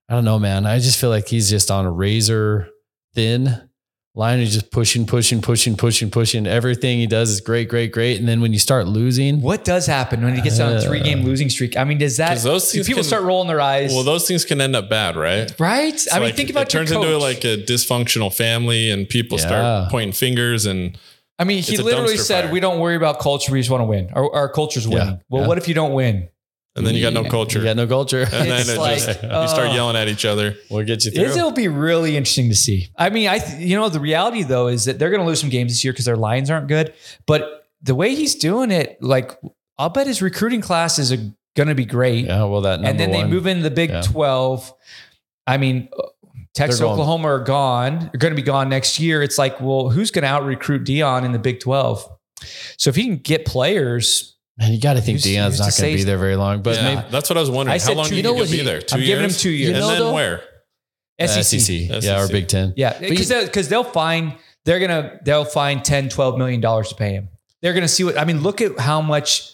S4: I don't know, man. I just feel like he's just on a razor thin line. He's just pushing, pushing, pushing, pushing, pushing. Everything he does is great, great, great. And then when you start losing,
S3: What does happen when he gets on a
S4: Uh,
S3: three game losing streak? I mean, does that
S1: 'Cause those
S3: do
S1: teams
S3: people
S1: can-
S3: start rolling their eyes?
S1: Well, those things can end up bad, right?
S3: right? I mean,
S1: Like,
S3: think about
S1: it
S3: your
S1: turns
S3: coach.
S1: into like a dysfunctional family, and people
S4: Yeah.
S1: start pointing fingers. And
S3: I mean, he
S1: it's a
S3: literally
S1: dumpster
S3: said,
S1: fire.
S3: "We don't worry about culture. We just want to win. Our, our culture's
S4: Yeah.
S3: winning." Well,
S4: Yeah.
S3: what if you don't win?
S1: and then you got no
S4: you
S1: culture,
S4: got no culture.
S1: and then
S3: It's
S1: it
S3: like,
S1: just
S3: uh,
S1: you start yelling at each other.
S4: we'll get you through.
S3: This will be really interesting to see. I mean, I th- you know the reality though is that they're going to lose some games this year because their lines aren't good. But the way he's doing it, like I'll bet his recruiting class is going to be great.
S4: yeah, well, that number
S3: and then they
S4: one-
S3: move into the Big
S4: Yeah.
S3: 12. I mean, uh, Texas,
S4: They're gone.
S3: Oklahoma are gone. Are going to be gone next year. It's like, well, who's going to out recruit Dion in the Big 12? So if he can get players,
S4: Man, you got to think
S3: Who's- who's
S4: Dion's
S3: to
S4: not going
S3: say-
S4: to be there very long, but
S1: But
S4: maybe
S1: that's what I was
S3: I
S1: wondering.
S3: said
S1: How long
S3: two-
S1: do
S3: you
S1: you
S3: know
S1: think he'll
S3: what
S1: be
S3: he-
S1: there? Two
S3: I'm
S1: years.
S3: giving him two years.
S1: And
S4: You know,
S1: then
S4: though-
S1: where?
S4: Uh,
S3: SEC,
S4: SEC, E yeah, or
S1: SEC.
S4: Big Ten.
S3: E yeah,
S4: you-
S3: because because they'll find they're gonna they'll find 10, 12 million dollars to pay him. They're gonna see what I mean. Look at how much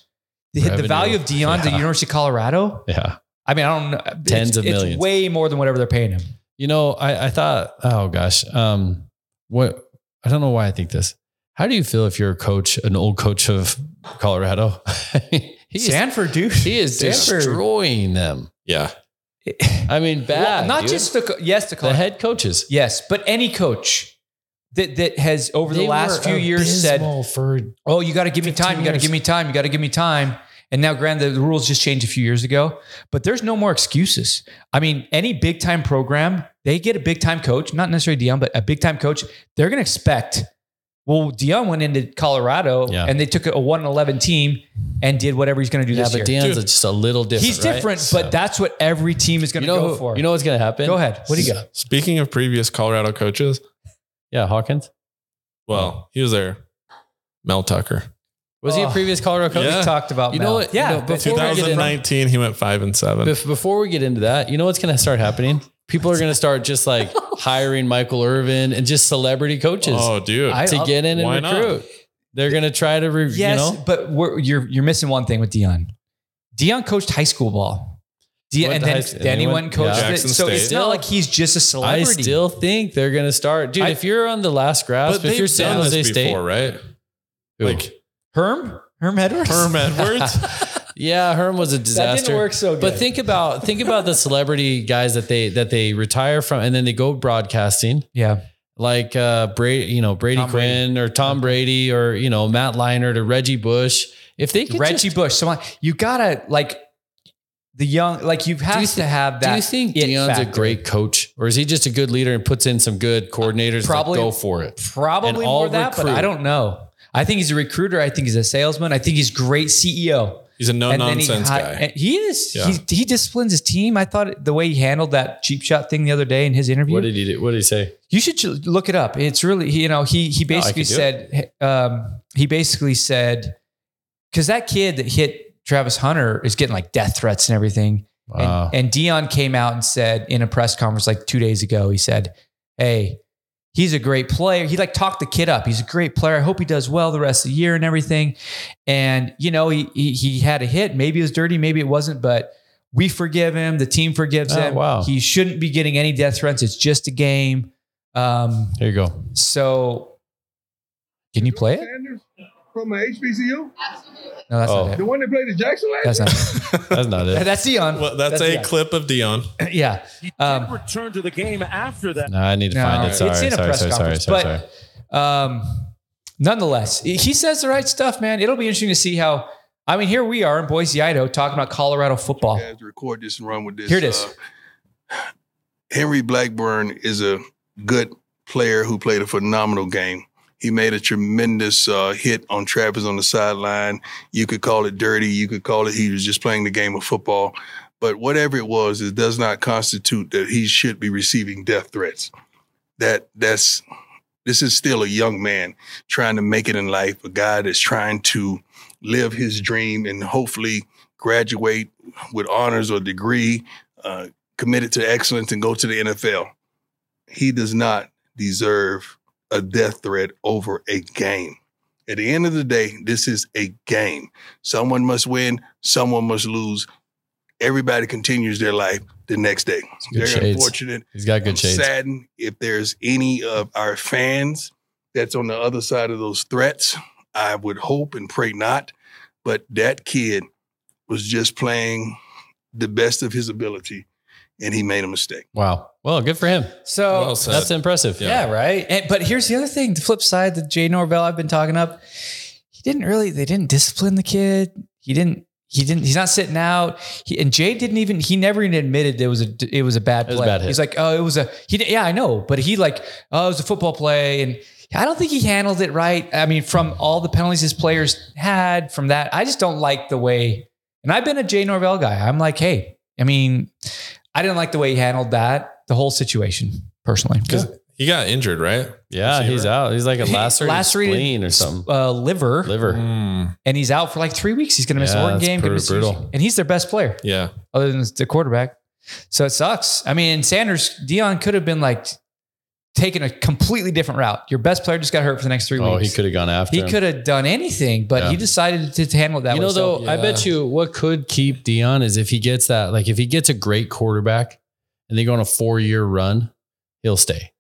S3: the, the
S4: Revenue.
S3: value of Dion to
S4: Yeah.
S3: University of Colorado.
S4: yeah.
S3: I mean, I don't know. It's-
S4: Tens of
S3: It's
S4: millions.
S3: way more than whatever they're paying him.
S4: You know, I, I thought, oh gosh, um, what? I don't know why I think this. How do you feel if you're a coach, an old coach of Colorado? he is,
S3: Sanford, dude.
S4: he is
S3: Sanford.
S4: destroying them.
S1: Yeah,
S4: I mean, bad.
S3: Well, not
S4: dude.
S3: just the co- yes, the
S4: the
S3: Colorado.
S4: head coaches
S3: Yes, but any coach that that has over the
S4: They
S3: last
S4: were
S3: few years said,
S4: abysmal for
S3: "Oh, you got to give me
S4: 15
S3: time. You got to
S4: years.
S3: give me time. You got to give me time." And now, granted, the rules just changed a few years ago, but there's no more excuses. I mean, any big time program, they get a big time coach, not necessarily Dion, but a big time coach. They're going to expect. Well, Dion went into Colorado
S4: Yeah.
S3: and they took a one eleven team and did whatever he's going to do
S4: yeah,
S3: this year.
S4: but Dan's
S1: Dude.
S4: just a little different.
S3: he's
S4: right?
S3: different,
S4: So-
S3: but that's what every team is going
S4: you
S3: to
S4: know,
S3: go
S4: who-
S3: for.
S4: you know what's going to happen?
S3: go ahead. What do you got?
S1: Speaking of previous Colorado coaches,
S4: Yeah, Hawkins
S1: well, he was there. Mel Tucker,
S4: was he a
S3: Oh.
S4: previous Colorado coach?
S1: Yeah.
S3: We talked about
S4: You know
S3: Mel.
S4: what?
S3: Yeah,
S4: You know,
S3: but-
S4: Before we get into-
S1: 2019, he went five and seven.
S4: Bef- before we get into that, you know what's going to start happening? People are going to start just like hiring Michael Irvin and just celebrity coaches
S1: Oh, dude,
S3: I-
S4: to get in and
S1: Why
S4: recruit.
S1: not?
S4: They're going to try to, re-
S3: Yes,
S4: you know,
S3: but we're, you're you're missing one thing with Dion. Dion coached high school ball. Dion,
S4: Went
S3: and
S4: to
S3: then
S4: high school-
S3: then he
S4: and he
S3: went and coached
S1: yeah.
S3: it.
S1: Jackson
S3: So it's
S1: State.
S3: not
S4: Still-
S3: like he's just
S4: I
S3: a celebrity.
S4: still think they're going to start. Dude,
S3: I-
S4: if you're on the last grasp, if you're San Jose State,
S1: before, right?
S4: Ooh.
S1: Like
S3: Herm Herm Edwards.
S1: Herm Edwards.
S4: yeah, Herm was a
S3: that
S4: disaster.
S3: didn't work so good.
S4: But think about think about the celebrity guys that they that they retire from and then they go broadcasting.
S3: yeah,
S4: like uh Brady, you know, Brady
S3: Tom Brady.
S4: Quinn or Tom Brady or you know, Matt Leinart or Reggie Bush, if they could
S3: Reggie
S4: just-
S3: Bush. Someone you gotta like the young like you have
S4: you
S3: to
S4: thi-
S3: have that.
S4: do you think
S3: it
S4: Dion's a
S3: factor.
S4: great coach, or is he just a good leader and puts in some good coordinators? that
S3: Probably-
S4: go for it.
S3: Probably
S4: And
S3: more
S4: all
S3: that, but
S4: recruit.
S3: I don't know. I think he's a recruiter. I think he's a salesman. I think he's great E CEO.
S1: He's a no
S3: then
S1: nonsense
S3: he, hi-
S1: guy.
S3: and He is.
S1: Yeah.
S3: He, he disciplines his team. I thought the way he handled that cheap shot thing the other day in his interview.
S4: What did he do? What did he say?
S3: you should ju- look it up. It's really he- you know he he
S4: I
S3: basically
S4: could do
S3: said um, he basically said because that kid that hit Travis Hunter is getting like death threats and everything.
S4: Wow.
S3: And, and Dion came out and said in a press conference like two days ago, he said, Hey, he's a great player. He like talked the kid up. He's a great player. I hope he does well the rest of the year and everything. And, you know, he he, he had a hit. Maybe it was dirty, maybe it wasn't, but we forgive him. The team forgives
S4: Oh,
S3: him.
S4: wow.
S3: He shouldn't be getting any death threats. It's just a game. Um,
S4: Here you go.
S3: so can you play it?
S5: Sanders from uh, HBCU?
S3: No, that's
S4: Oh.
S3: not
S5: The
S3: it.
S5: one that played at Jackson last
S3: That's
S5: year?
S3: not it.
S4: That's not it.
S3: That's Dion.
S1: well, that's, a
S3: Dion.
S1: clip of Dion.
S3: yeah.
S6: He did
S3: Um,
S6: return to the game after that.
S4: No, I need to
S3: No,
S4: find it.
S3: it's
S4: Sorry,
S3: in a
S4: sorry,
S3: press
S4: sorry, sorry,
S3: conference,
S4: sorry,
S3: but-
S4: sorry.
S3: Um, nonetheless, he says the right stuff, man. It'll be interesting to see how. I mean, here we are in Boise, Idaho, talking about Colorado football.
S5: I have to record this and run with this.
S3: Here it is.
S5: Uh, Henry Blackburn is a good player who played a phenomenal game. He made a tremendous uh, hit on Travis on the sideline. You could call it dirty. You could call it he was just playing the game of football. But whatever it was, it does not constitute that he should be receiving death threats. That that's this is still a young man trying to make it in life. A guy that's trying to live his dream and hopefully graduate with honors or degree, uh, committed to excellence, and go to the NFL. He does not deserve a death threat over a game. At the end of the day, this is a game. Someone must win, someone must lose. Everybody continues their life the next day.
S4: good
S5: They're
S4: shades.
S5: unfortunate
S4: He's got good
S5: I'm
S4: shades.
S5: saddened if there's any of our fans that's on the other side of those threats. I would hope and pray not, but that kid was just playing the best of his ability, and he made a mistake.
S4: Wow. Well, good for him.
S3: So
S1: Well said.
S4: That's impressive.
S3: yeah, right. And, but here's the other thing: the flip side that Jay Norvell I've been talking up. He didn't really. They didn't discipline the kid. He didn't. He didn't. He's not sitting out. He, and Jay didn't even. He never even admitted it was a. It was a
S4: It
S3: bad
S4: was a
S3: play.
S4: bad hit.
S3: He's like, oh, it was a. He did, yeah, I know. But he like, oh, it was a football play, and I don't think he handled it right. I mean, from all the penalties his players had from that, I just don't like the way. And I've been a Jay Norvell guy. I'm like, hey, I mean, I didn't like the way he handled that, the whole situation, personally.
S1: He got injured, right?
S4: Yeah,
S1: Receiver.
S4: he's out. He's like a lacerated,
S3: Lacerated
S4: spleen or something.
S3: uh, liver,
S4: Liver.
S3: and he's out for like three weeks. He's going to miss
S4: Yeah,
S3: a Oregon
S4: that's
S3: game, gonna
S4: pretty
S3: miss UC.
S4: brutal.
S3: and he's their best player
S1: Yeah.
S3: other than the quarterback. So it sucks. I mean, Sanders, Dion could have been like taking a completely different route. Your best player just got hurt for the next three
S4: Oh, he
S3: weeks.
S4: could have gone after.
S3: He
S4: him.
S3: could have done anything, but
S4: Yeah.
S3: he decided to, to handle it that
S4: you
S3: way.
S4: know,
S3: So-
S4: though, I bet you what could keep Dion is if he gets that, like if he gets a great quarterback and they go on a four year run, he'll stay.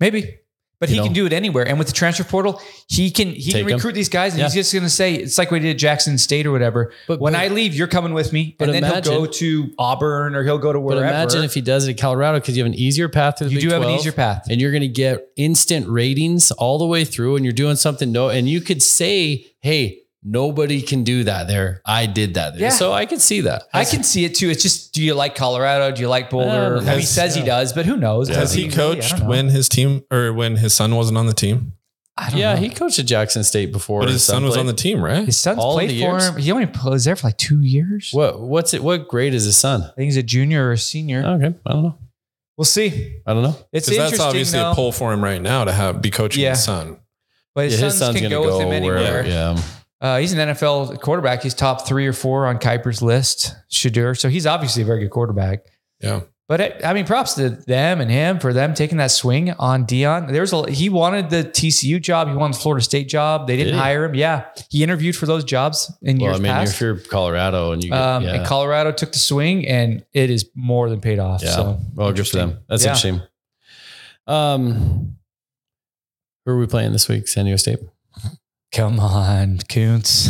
S3: Maybe. But
S4: You
S3: he
S4: know?
S3: can do it anywhere. And with the transfer portal, he can he
S4: Take
S3: can
S4: 'em.
S3: recruit these guys and he's just gonna say, it's like we did at Jackson State or whatever.
S4: But
S3: when I leave, you're coming with me.
S4: But
S3: and then
S4: imagine-
S3: he'll go to Auburn or he'll go to
S4: but
S3: wherever.
S4: imagine if he does it at Colorado because you have an easier path through the
S3: you
S4: Big
S3: do have an
S4: 12,
S3: easier path.
S4: and you're going to get instant ratings all the way through, and you're doing something no, and you could say, hey. Nobody can do that there. I did that there.
S3: Yeah.
S4: So I could see that.
S3: I can see it too. It's just, do you like Colorado? Do you like Boulder?
S4: Um,
S3: I mean, he
S1: has-
S3: says he does, but who knows?
S1: Has he
S3: Does really? I
S1: coached
S3: don't know.
S1: when his team or when his son wasn't on the team?
S3: I don't
S4: Yeah,
S3: know.
S4: he coached at Jackson State before.
S1: But his son was
S4: played.
S1: on the team, right?
S3: his son's
S4: all
S3: played
S4: the
S3: for
S4: years?
S3: him. He only was there for like two years.
S4: What? What's it? What grade is his son?
S3: I think he's a junior or a senior.
S4: Okay, I don't know.
S3: We'll see.
S4: I don't know.
S3: It's
S1: Because
S3: interesting
S1: that's obviously
S3: though,
S1: a pull for him right now to have be coaching
S3: Yeah.
S1: his son.
S3: but his,
S4: Yeah,
S3: sons can
S4: gonna
S3: go, with him anywhere.
S4: wherever- Yeah, um,
S3: Uh, he's an NFL quarterback. He's top three or four on Kuiper's list, Shadur. So he's obviously a very good quarterback.
S1: Yeah.
S3: But it, I mean, props to them and him for them taking that swing on Dion. There's a he wanted the TCU job. He wanted the Florida State job. They didn't
S4: Did he?
S3: hire him. Yeah, he interviewed for those jobs in
S4: Well,
S3: years
S4: I mean,
S3: past.
S4: if you're Colorado and you get,
S3: um,
S4: yeah.
S3: And Colorado took the swing, and it is more than paid off.
S4: Yeah.
S3: So
S4: well, good for
S3: interesting.
S4: them. That's
S3: Yeah.
S4: interesting. Um, who are we playing this week? San Diego State.
S3: Come on, Coons.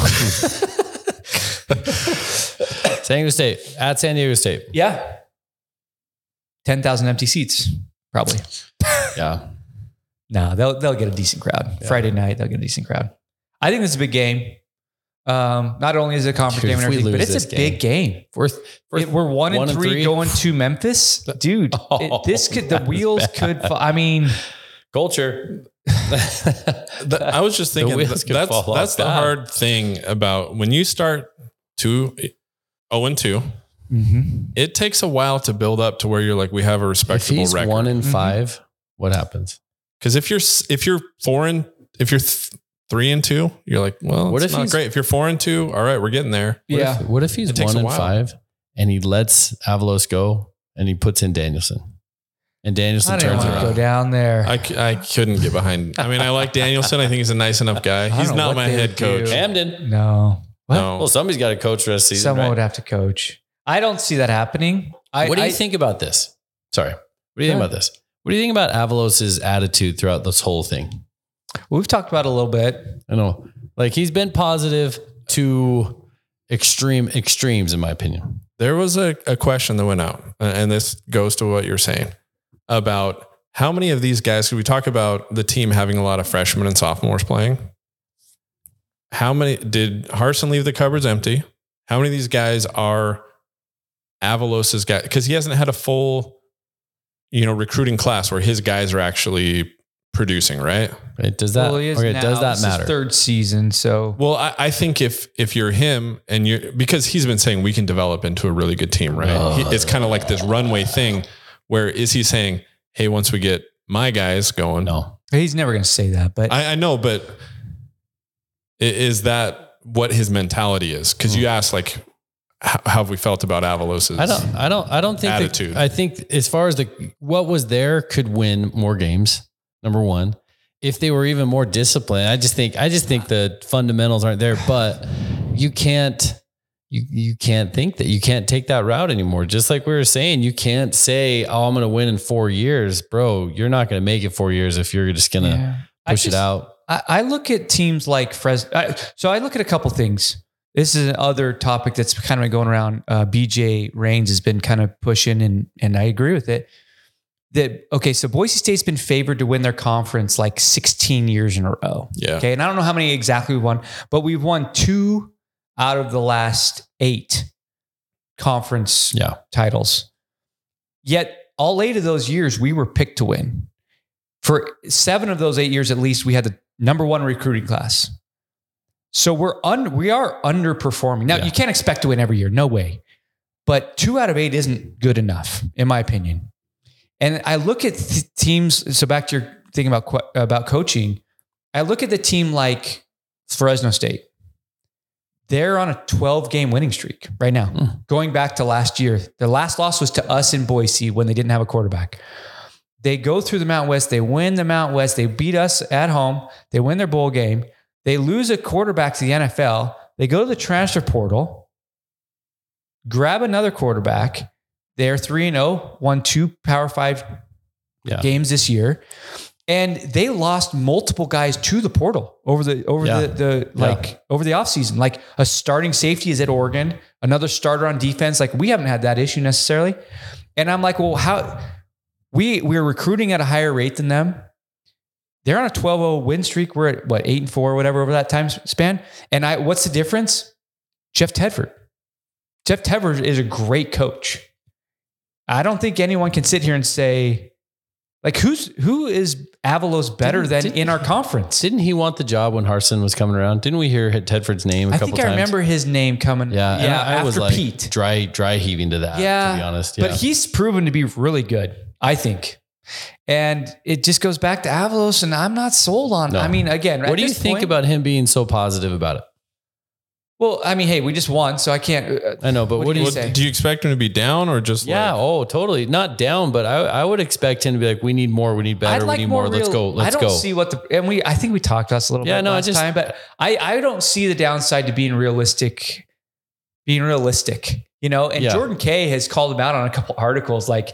S4: San Diego State at San Diego State.
S3: yeah, ten thousand empty seats probably.
S4: Yeah,
S3: No, they'll they'll get a decent crowd. Friday night, they'll get a decent crowd. I think this is a big game. Um, not only is it a conference
S4: Dude,
S3: game and
S4: if we
S3: everything, but
S4: lose
S3: it's a
S4: this
S3: big game. We're
S4: we're
S3: it- we're one, and three, going to Memphis, dude.
S4: Oh,
S3: it- this could the
S4: that's
S3: wheels
S4: bad.
S3: could. fa- I mean,
S4: culture.
S1: Th- I was just
S4: The
S1: thinking
S4: wheels
S1: th-
S4: could
S1: that's
S4: fall off
S1: that's the
S4: that.
S1: hard thing about when you start two oh and two.
S4: Mm-hmm.
S1: It takes a while to build up to where you're like we have a
S4: if
S1: respectable
S4: he's
S1: record.
S4: one in
S3: Mhm.
S4: 5 what happens?
S1: Because if you're s- if you're four and if you're th- three and two, you're like, well,
S4: What
S1: what
S4: if
S1: it's not
S4: he's-
S1: great. If you're four and two, all right, we're getting there.
S4: What
S3: yeah,
S4: If, what if he's
S1: It takes
S4: one
S1: a
S4: and
S1: while.
S4: five and he lets Avalos go and he puts in Danielson and
S3: I
S4: Danielson
S3: didn't
S4: turns
S3: want
S1: wanna
S3: to go
S1: around.
S4: it
S3: down there.
S1: I, c- I couldn't get behind. I mean, I like Danielson. I think he's a nice enough guy.
S3: don't
S1: He's
S3: know
S1: not
S3: what
S1: my
S3: they
S1: head
S3: would do.
S1: coach.
S4: around. Hamden.
S3: no,
S4: What?
S1: No.
S4: Well, somebody's got to coach rest of the season.
S3: someone
S4: right?
S3: would have to coach. I don't see that happening. I,
S4: what do you
S3: I-
S4: think about this? Sorry. What do you think
S3: Go
S4: about this? What do you think about Avalos's attitude throughout this whole thing?
S3: We've talked about it a little bit.
S4: I know, like he's been positive to extreme extremes, in my opinion.
S1: There was a, a question that went out, uh, and this goes to what you're saying about how many of these guys, 'cause we talk about the team having a lot of freshmen and sophomores playing. How many did Harson leave the cupboards empty? How many of these guys are Avalos's guy? Because he hasn't had a full, you know, recruiting class where his guys are actually producing, right?
S4: Right? Does that
S3: Well, he is
S4: okay,
S3: now.
S4: does that
S3: This is
S4: matter?
S3: Third season, so
S1: Well, I, I think if if you're him and you're because he's been saying we can develop into a really good team, right?
S4: Uh.
S1: He- it's kind of like this runway thing where is he saying, Hey, once we get my guys going,
S4: no.
S3: he's never going to say that. But
S1: I, I know, but i- is that what his mentality is? Because you asked like how, how have we felt about Avalos's
S4: Mm. I don't. I don't. I don't think. that-
S1: Attitude.
S4: I think as far as the what was there could win more games. Number one, if they were even more disciplined, I just think. I just think the fundamentals aren't there. But you can't. You you can't think that you can't take that route anymore. Just like we were saying, you can't say, "Oh, I'm going to win in four years, bro." You're not going to make it four years if you're just going to
S3: Yeah. I
S4: push
S3: just-
S4: it out.
S3: I, I look at teams like Fresno. I, so I look at a couple things. This is another topic that's kind of been going around. Uh, BJ Reigns has been kind of pushing, and and I agree with it. That okay, so Boise State's been favored to win their conference like 16 years in a row.
S1: yeah.
S3: Okay, and I don't know how many exactly we won, but we've won two out of the last eight conference
S4: Yeah.
S3: titles. Yet all eight of those years we were picked to win. For seven of those eight years at least, we had the number one recruiting class. So we're un we are underperforming. Now
S4: Yeah.
S3: you can't expect to win every year, no way. But two out of eight isn't good enough, in my opinion. And I look at th- teams. So back to your thing about qu- about coaching, I look at the team like Fresno State. They're on a 12 game winning streak right now,
S4: Hmm.
S3: going back to last year. Their last loss was to us in Boise when they didn't have a quarterback. They go through the Mount West, they win the Mount West, they beat us at home, they win their bowl game, they lose a quarterback to the NFL, they go to the transfer portal, grab another quarterback. They're 3 and 0, won two Power 5
S4: Yeah.
S3: games this year. And they lost multiple guys to the portal over the over
S4: Yeah.
S3: the, the
S4: Yeah.
S3: like over the offseason. Like a starting safety is at Oregon, another starter on defense. Like we haven't had that issue necessarily. And I'm like, well, how we we're recruiting at a higher rate than them. They're on a 12-0 win streak. We're at what eight and four, whatever over that time span. And I what's the difference? Jeff Tedford. Jeff Tedford is a great coach. I don't think anyone can sit here and say, like, who's who is Avalos better
S4: Didn't-
S3: than
S4: didn't-
S3: in our conference?
S4: Didn't he want the job when Harson was coming around? Didn't we hear Tedford's name a
S3: I
S4: couple
S3: think
S4: times?
S3: I remember his name coming.
S4: Yeah, and
S3: yeah,
S4: I, I
S3: after
S4: was like
S3: Pete.
S4: dry dry heaving to that.
S3: Yeah,
S4: to be honest. Yeah,
S3: But he's proven to be really good, I think. And it just goes back to Avalos, and I'm not sold on.
S4: No.
S3: I mean, again,
S4: what
S3: at
S4: do you
S3: this
S4: think
S3: point-
S4: about him being so positive about it?
S3: Well, I mean, hey, we just won, so I can't. Uh,
S4: I know, but
S3: What
S4: what,
S3: do
S4: do
S3: you
S4: you?
S1: Well,
S3: say?
S1: do you expect him to be down or just
S4: yeah,
S1: like-
S4: oh, totally. Not down, but I, I would expect him to be like, we need more, we need better,
S3: I'd like
S4: we need more. let's
S3: real-
S4: go, let's
S3: I don't
S4: go.
S3: see what the and we. I think we talked about this a little
S4: Yeah,
S3: bit
S4: no, I
S3: last
S4: just-
S3: time, but I I don't see the downside to being realistic. Being realistic, you know. And
S4: Yeah.
S3: Jordan Kay has called him out on a couple articles, like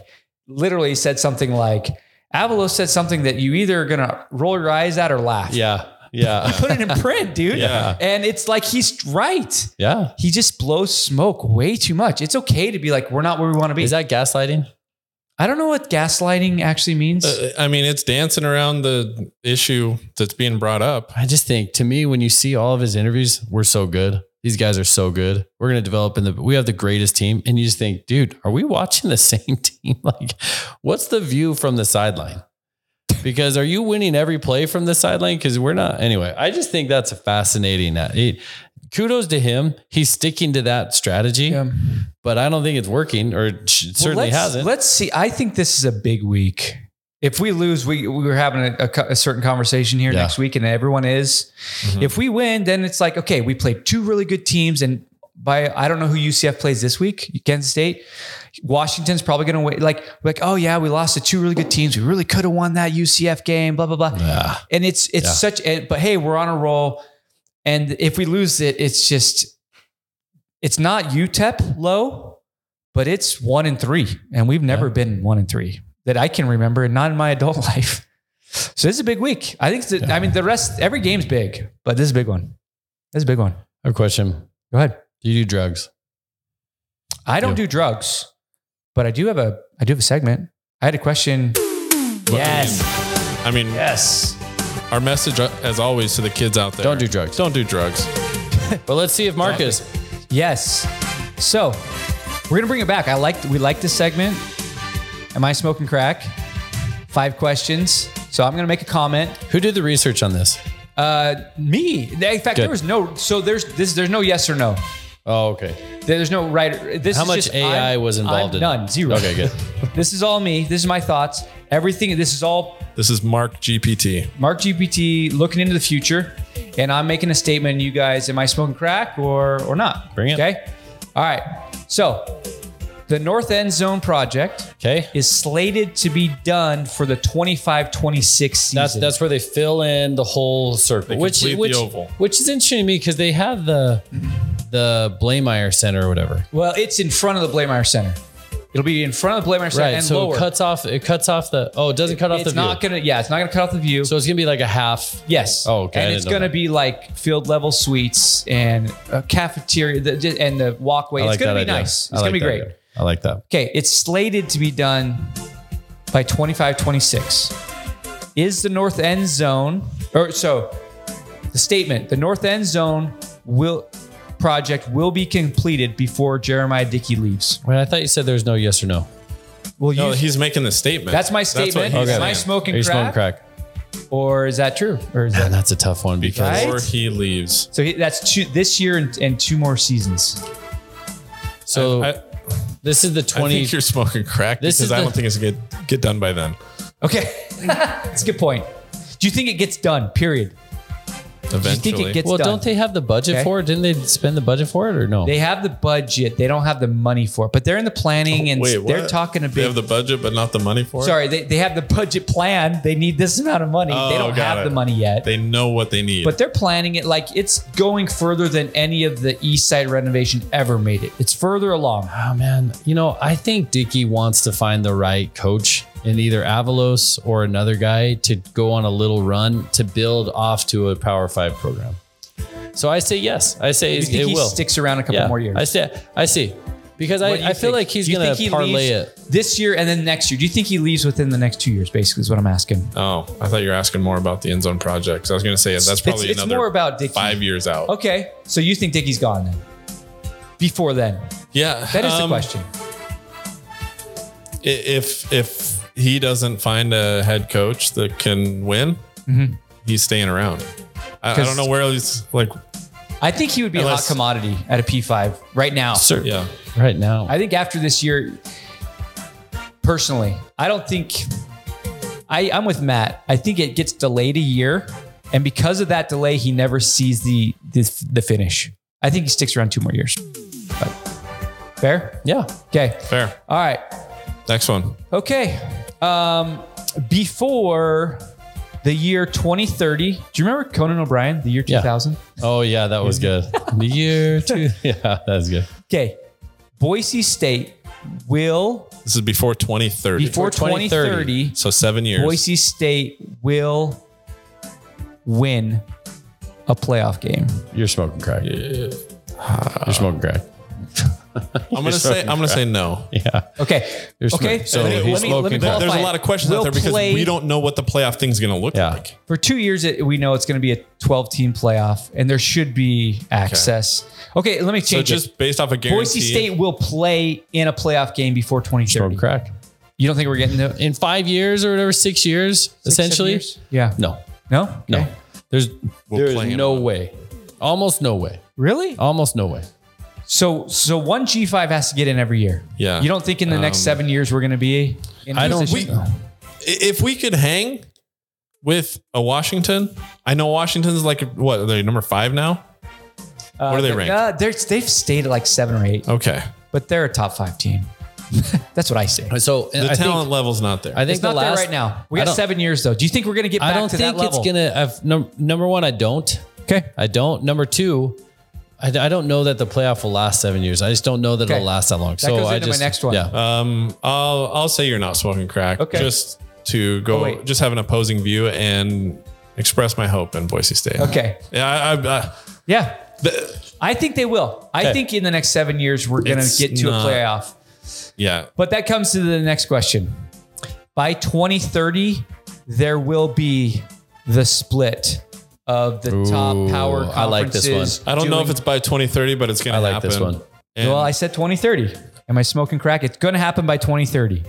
S3: literally said something like Avalos said something that you either are gonna roll your eyes at or laugh.
S4: yeah, yeah,
S3: Put it in print, dude.
S4: Yeah.
S3: And it's like he's right.
S4: yeah.
S3: He just blows smoke way too much. It's okay to be like, we're not where we want to be.
S4: Is that gaslighting?
S3: I don't know what gaslighting actually means.
S1: Uh, I mean, it's dancing around the issue that's being brought up.
S4: I just think to me, when you see all of his interviews, we're so good. These guys are so good. We're going to develop in the, we have the greatest team. And you just think, dude, are we watching the same team? Like, what's the view from the sideline? Because are you winning every play from the sideline? Because we're not. Anyway, I just think that's a fascinating. uh, It, kudos to him. He's sticking to that strategy,
S3: Yeah.
S4: but I don't think it's working or it sh-
S3: Well,
S4: certainly
S3: let's-
S4: hasn't.
S3: Let's see. I think this is a big week. If we lose, we we were having a, a co- a certain conversation here
S4: Yeah. Mm-hmm.
S3: next week, and everyone is.
S1: Mhm.
S3: If we win, then it's like okay, we played two really good teams, and by I don't know who UCF plays this week, Kansas State, Washington's probably going to wait. Like like oh yeah, we lost to two really good teams. We really could have won that UCF game. Blah blah blah.
S4: Yeah.
S3: And it's it's
S4: Yeah.
S3: such. and- But hey, we're on a roll, and if we lose it, it's just it's not UTEP low but it's one in three, and we've never been one in three that I can remember, and not in my adult life. So this is a big week. I think. That, I mean, the rest, every game's big, but this is a big one. This is a big one.
S4: I have a question.
S3: Go ahead.
S4: Do you do drugs?
S3: I don't do drugs, but I do have a. I do have a segment. I had a question. Yes.
S1: I mean,
S3: Yes.
S1: our message, uh, as always, to the kids out there:
S4: Don't do drugs.
S1: don't do drugs.
S4: But let's see if Marcus.
S3: Yes. So we're gonna bring it back. I like we like this segment. Am I smoking crack? Five questions. So I'm gonna make a comment.
S4: Who did the research on this?
S3: Uh, me. In fact, there was no. So there's this. There's no yes or no.
S4: Oh, okay.
S3: There's no right. This
S4: How
S3: is
S4: much
S3: just,
S4: AI
S3: I'm-
S4: was involved
S3: I'm
S4: in?
S3: None. Zero.
S4: Okay, good.
S3: this is all me. This is my thoughts. Everything. This is all
S1: This is Mark GPT.
S3: Mark GPT looking into the future, and I'm making a statement. You guys, am I smoking crack or or not?
S4: Bring it.
S3: Okay. All right. So, the North End Zone project
S4: Okay.
S3: is slated to be done for the 25-26 season.
S4: That's that's where they fill in the whole circle, which
S1: complete the
S4: which
S1: oval.
S4: which is interesting to me because they have the the Blameyer Center or whatever,
S3: well, it's in front of the Blameyer Center. It'll be in front of the Blameyer Center
S4: right?
S3: and
S4: so
S3: lower.
S4: it cuts off it cuts off the oh it doesn't cut off
S3: it's
S4: the
S3: not
S4: view,
S3: gonna. Yeah, it's not gonna cut off the view.
S4: so it's gonna be like a half.
S3: Yes.
S4: Oh, okay. I
S3: And
S4: didn't
S3: it's
S4: know
S3: going to
S4: that.
S3: be like field level suites and a cafeteria the- the- and the walkway.
S4: I like
S3: it's going
S4: that
S3: to be
S4: idea.
S3: nice. It's
S4: I
S3: going
S4: like
S3: to be
S4: that
S3: great.
S4: idea. I like that.
S3: Okay. It's slated to be done by 25 26. Is the North End Zone, or so the statement, the North End Zone will project will be completed before Jeremiah Dickey leaves.
S4: Wait, I thought you said there was no yes or no.
S3: Will
S1: No,
S3: you?
S1: he's making the statement.
S3: that's my
S1: what
S3: statement.
S1: he's
S3: Am I
S1: saying.
S4: Are
S3: smoking
S4: you smoking
S3: crack,
S4: crack?
S3: Or is that true? Or is that
S4: Man, that's a tough one because
S3: Right?
S1: Before he leaves.
S3: so? he- That's two this year and, and two more seasons.
S4: so
S1: I,
S4: this is the
S1: I
S4: twenty.
S1: think you're smoking crack
S4: This
S1: because
S4: is
S1: I
S4: the-
S1: don't think it's gonna get get done by then.
S3: Okay. That's a good point. Do you think it gets done? Period. Do you
S1: Eventually,
S3: think it gets
S4: well,
S3: done?
S4: don't they have the budget
S3: Okay.
S4: for it? Didn't they spend the budget for it or no?
S3: They have the budget. They don't have the money for it, but they're in the planning and
S1: Oh, Wait,
S3: they're
S1: what?
S3: talking a
S1: They
S3: big.
S1: have the budget, but not the money for it.
S3: sorry, they, they have the budget plan. They need this amount of money. they
S1: Oh,
S3: don't
S1: got
S3: have
S1: it.
S3: the money yet,
S1: they know what they need.
S3: but they're planning it like it's going further than any of the East Side renovation ever made it. It's further along.
S4: Oh man, you know, I think Dickey wants to find the right coach in either Avalos or another guy to go on a little run to build off to a Power Five program. So I say yes. I say
S3: You
S4: it,
S3: think
S4: it
S3: he
S4: will.
S3: sticks around a couple
S4: yeah,
S3: more years?
S4: I see. I see. Because I,
S3: What do you
S4: I feel
S3: think?
S4: like he's
S3: Do you
S4: gonna
S3: think he
S4: parlay
S3: leaves
S4: it.
S3: this year and then next year. Do you think he leaves within the next two years? Basically, is what I'm asking.
S1: oh, I thought you were asking more about the end zone project. 'cause I was gonna say that's probably
S3: it's, it's
S1: another
S3: more about Dickie.
S1: five years out.
S3: Okay. So you think Dickie's gone then? Before then.
S1: Yeah,
S3: That is the
S1: um,
S3: question.
S1: i- If if he doesn't find a head coach that can win,
S3: Mm-hmm.
S1: he's staying around. I, I
S3: 'Cause-
S1: don't know where he's like.
S3: I think he would be a hot
S1: unless-
S3: commodity at a P5 right now.
S4: Sir,
S1: Yeah,
S4: right now.
S3: I think after this year, personally, I don't think I, I'm with Matt. I think it gets delayed a year. And because of that delay, he never sees the the, the finish. I think he sticks around two more years. But- fair?
S4: yeah.
S3: Okay.
S1: fair.
S3: All right.
S1: Next one.
S3: Okay. Um, before the year 2030, do you remember Conan O'Brien, the year
S4: Yeah.
S3: 2000?
S4: Oh yeah, that was good. the year two. Yeah, that's good.
S3: Okay. Boise State will,
S1: This is before 2030.
S3: before 2030,
S1: so seven years.
S3: Boise State will win a playoff game.
S4: You're smoking crack. You're smoking crack.
S1: I'm gonna say I'm gonna say no.
S4: Yeah.
S3: Okay.
S4: You're
S3: Okay.
S1: So
S3: Let me-
S1: he's
S3: let me- let me
S1: smoking
S3: qualify
S1: crack. there's a
S3: it.
S1: lot of questions out
S3: We'll
S1: there because
S3: play-
S1: we don't know what the playoff thing's gonna look
S4: Yeah.
S1: like.
S3: For two years, it, we know it's going to be a 12 team playoff, and there should be access. Okay, let me
S1: So
S3: change it.
S1: just based off a guarantee,
S3: Boise State will play in a playoff game before
S4: Smoke
S3: 2030.
S4: crack.
S3: You don't think we're getting the
S4: In five years or whatever, six years, essentially.
S3: Yeah.
S4: No,
S3: No.
S4: no.
S3: Okay.
S4: There's
S1: We'll
S4: there
S1: play
S4: is
S1: in
S4: no
S1: one.
S4: way. Almost no way.
S3: Really?
S4: Almost no way.
S3: So so one G five has to get in every year.
S1: Yeah.
S3: You don't think in the next
S1: Um,
S3: seven years we're going to be? In
S4: I don't-
S3: position?
S1: we- I- if we could hang with a Washington, I know Washington's like what are they number five now?
S3: Uh,
S1: what are they
S3: but,
S1: ranked?
S3: Uh, they're, they've stayed at like seven or
S4: Oh.
S3: eight,
S1: Okay,
S3: but they're a top five team. That's what I say.
S4: So
S1: the
S4: I
S1: talent
S4: think
S1: level's not there.
S4: I think
S3: It's not
S4: the last,
S3: there right now. We
S4: I
S3: got
S4: don't-
S3: seven years though. Do you think we're going to get back
S4: I don't
S3: to
S4: think
S3: that level?
S4: it's gonna. I've, num- number one, I don't.
S3: Okay.
S4: I don't. Number two, I, I don't know that the playoff will last seven years. I just don't know that
S3: Okay.
S4: it'll last that long.
S3: That
S4: so
S3: goes
S4: I
S3: into my
S4: just
S3: next one.
S4: Yeah,
S1: Um, I'll I'll say you're not smoking crack.
S3: Okay.
S1: Just to
S3: Oh,
S1: go,
S3: wait.
S1: just have an opposing view and express my hope in Boise State.
S3: Okay.
S1: Yeah, I, I, I,
S3: Yeah.
S1: the,
S3: I think they will. I
S1: Okay.
S3: think in the next seven years we're going to
S1: It's
S3: get to
S1: not-
S3: a playoff.
S1: yeah.
S3: But that comes to the next question. By 2030, there will be the split of the top
S4: Ooh,
S3: power conferences.
S4: I like this one.
S1: I don't know if
S3: doing-
S1: it's by 2030, but it's gonna
S4: I like
S1: happen.
S4: this one.
S1: And,
S3: well, I said 2030. Am I smoking crack? It's going to happen by 2030.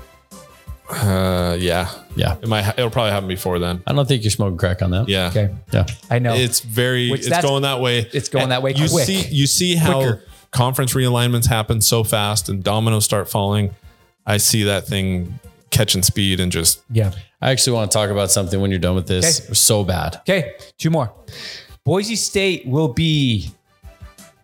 S1: uh, yeah,
S4: yeah.
S1: it might. ha- It'll probably happen before then.
S4: I don't think you're smoking crack on that.
S1: Yeah.
S3: Okay.
S4: Yeah.
S3: I know.
S1: It's very.
S3: Which
S1: it's
S3: that's-
S1: going that way.
S3: it's going that way
S1: You
S3: quick.
S1: see. You see how
S3: Quicker.
S1: conference realignments happen so fast and dominoes start falling. I see that thing catching speed and just
S3: yeah.
S4: I actually want to talk about something when you're done with this
S3: Okay.
S4: so bad.
S3: Okay. Two more. Boise State will be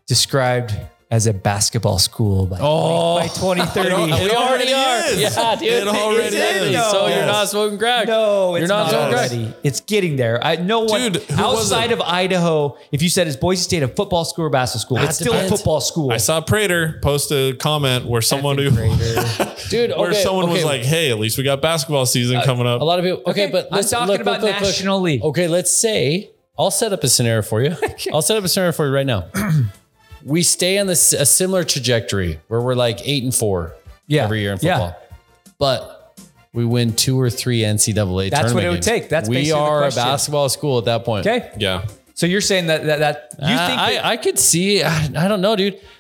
S3: described as a basketball school by, by 2030.
S1: Oh. It already is.
S4: Yeah, dude.
S1: It already
S4: Exactly.
S1: is.
S4: So you're
S1: Yes.
S4: not smoking crack.
S3: No, it's
S4: You're
S3: not,
S4: not doing great.
S3: already. It's getting there. I no one
S1: Dude, who was
S3: outside
S1: it?
S3: of Idaho. If you said it's Boise State a football school or basketball school, it's still a
S4: depends.
S3: football school.
S1: I saw Prater post a comment where someone who,
S4: dude.
S1: where
S4: okay,
S1: someone was
S4: okay.
S1: like, "Hey, at least we got basketball season coming up."
S4: a lot of people. Okay,
S3: Okay,
S4: but
S3: I'm
S4: let's-
S3: talking
S4: look,
S3: about
S4: look, look, look.
S3: national league.
S1: Oh,
S4: Okay, let's say I'll set up a scenario for you. I'll set up a scenario for you right now. we stay on this a similar trajectory where we're like eight and four
S3: Yeah.
S4: every year in
S3: Yeah.
S4: football, but we win two or three NCAA.
S3: That's what
S4: tournament
S3: it would
S4: games.
S3: take. That's
S4: we
S3: basically the
S4: are a
S3: question.
S4: basketball school at that point.
S3: Okay,
S1: yeah,
S3: so you're saying that that, that you
S4: I-
S3: think
S4: I,
S3: that,
S4: I could see. I, I don't know, dude.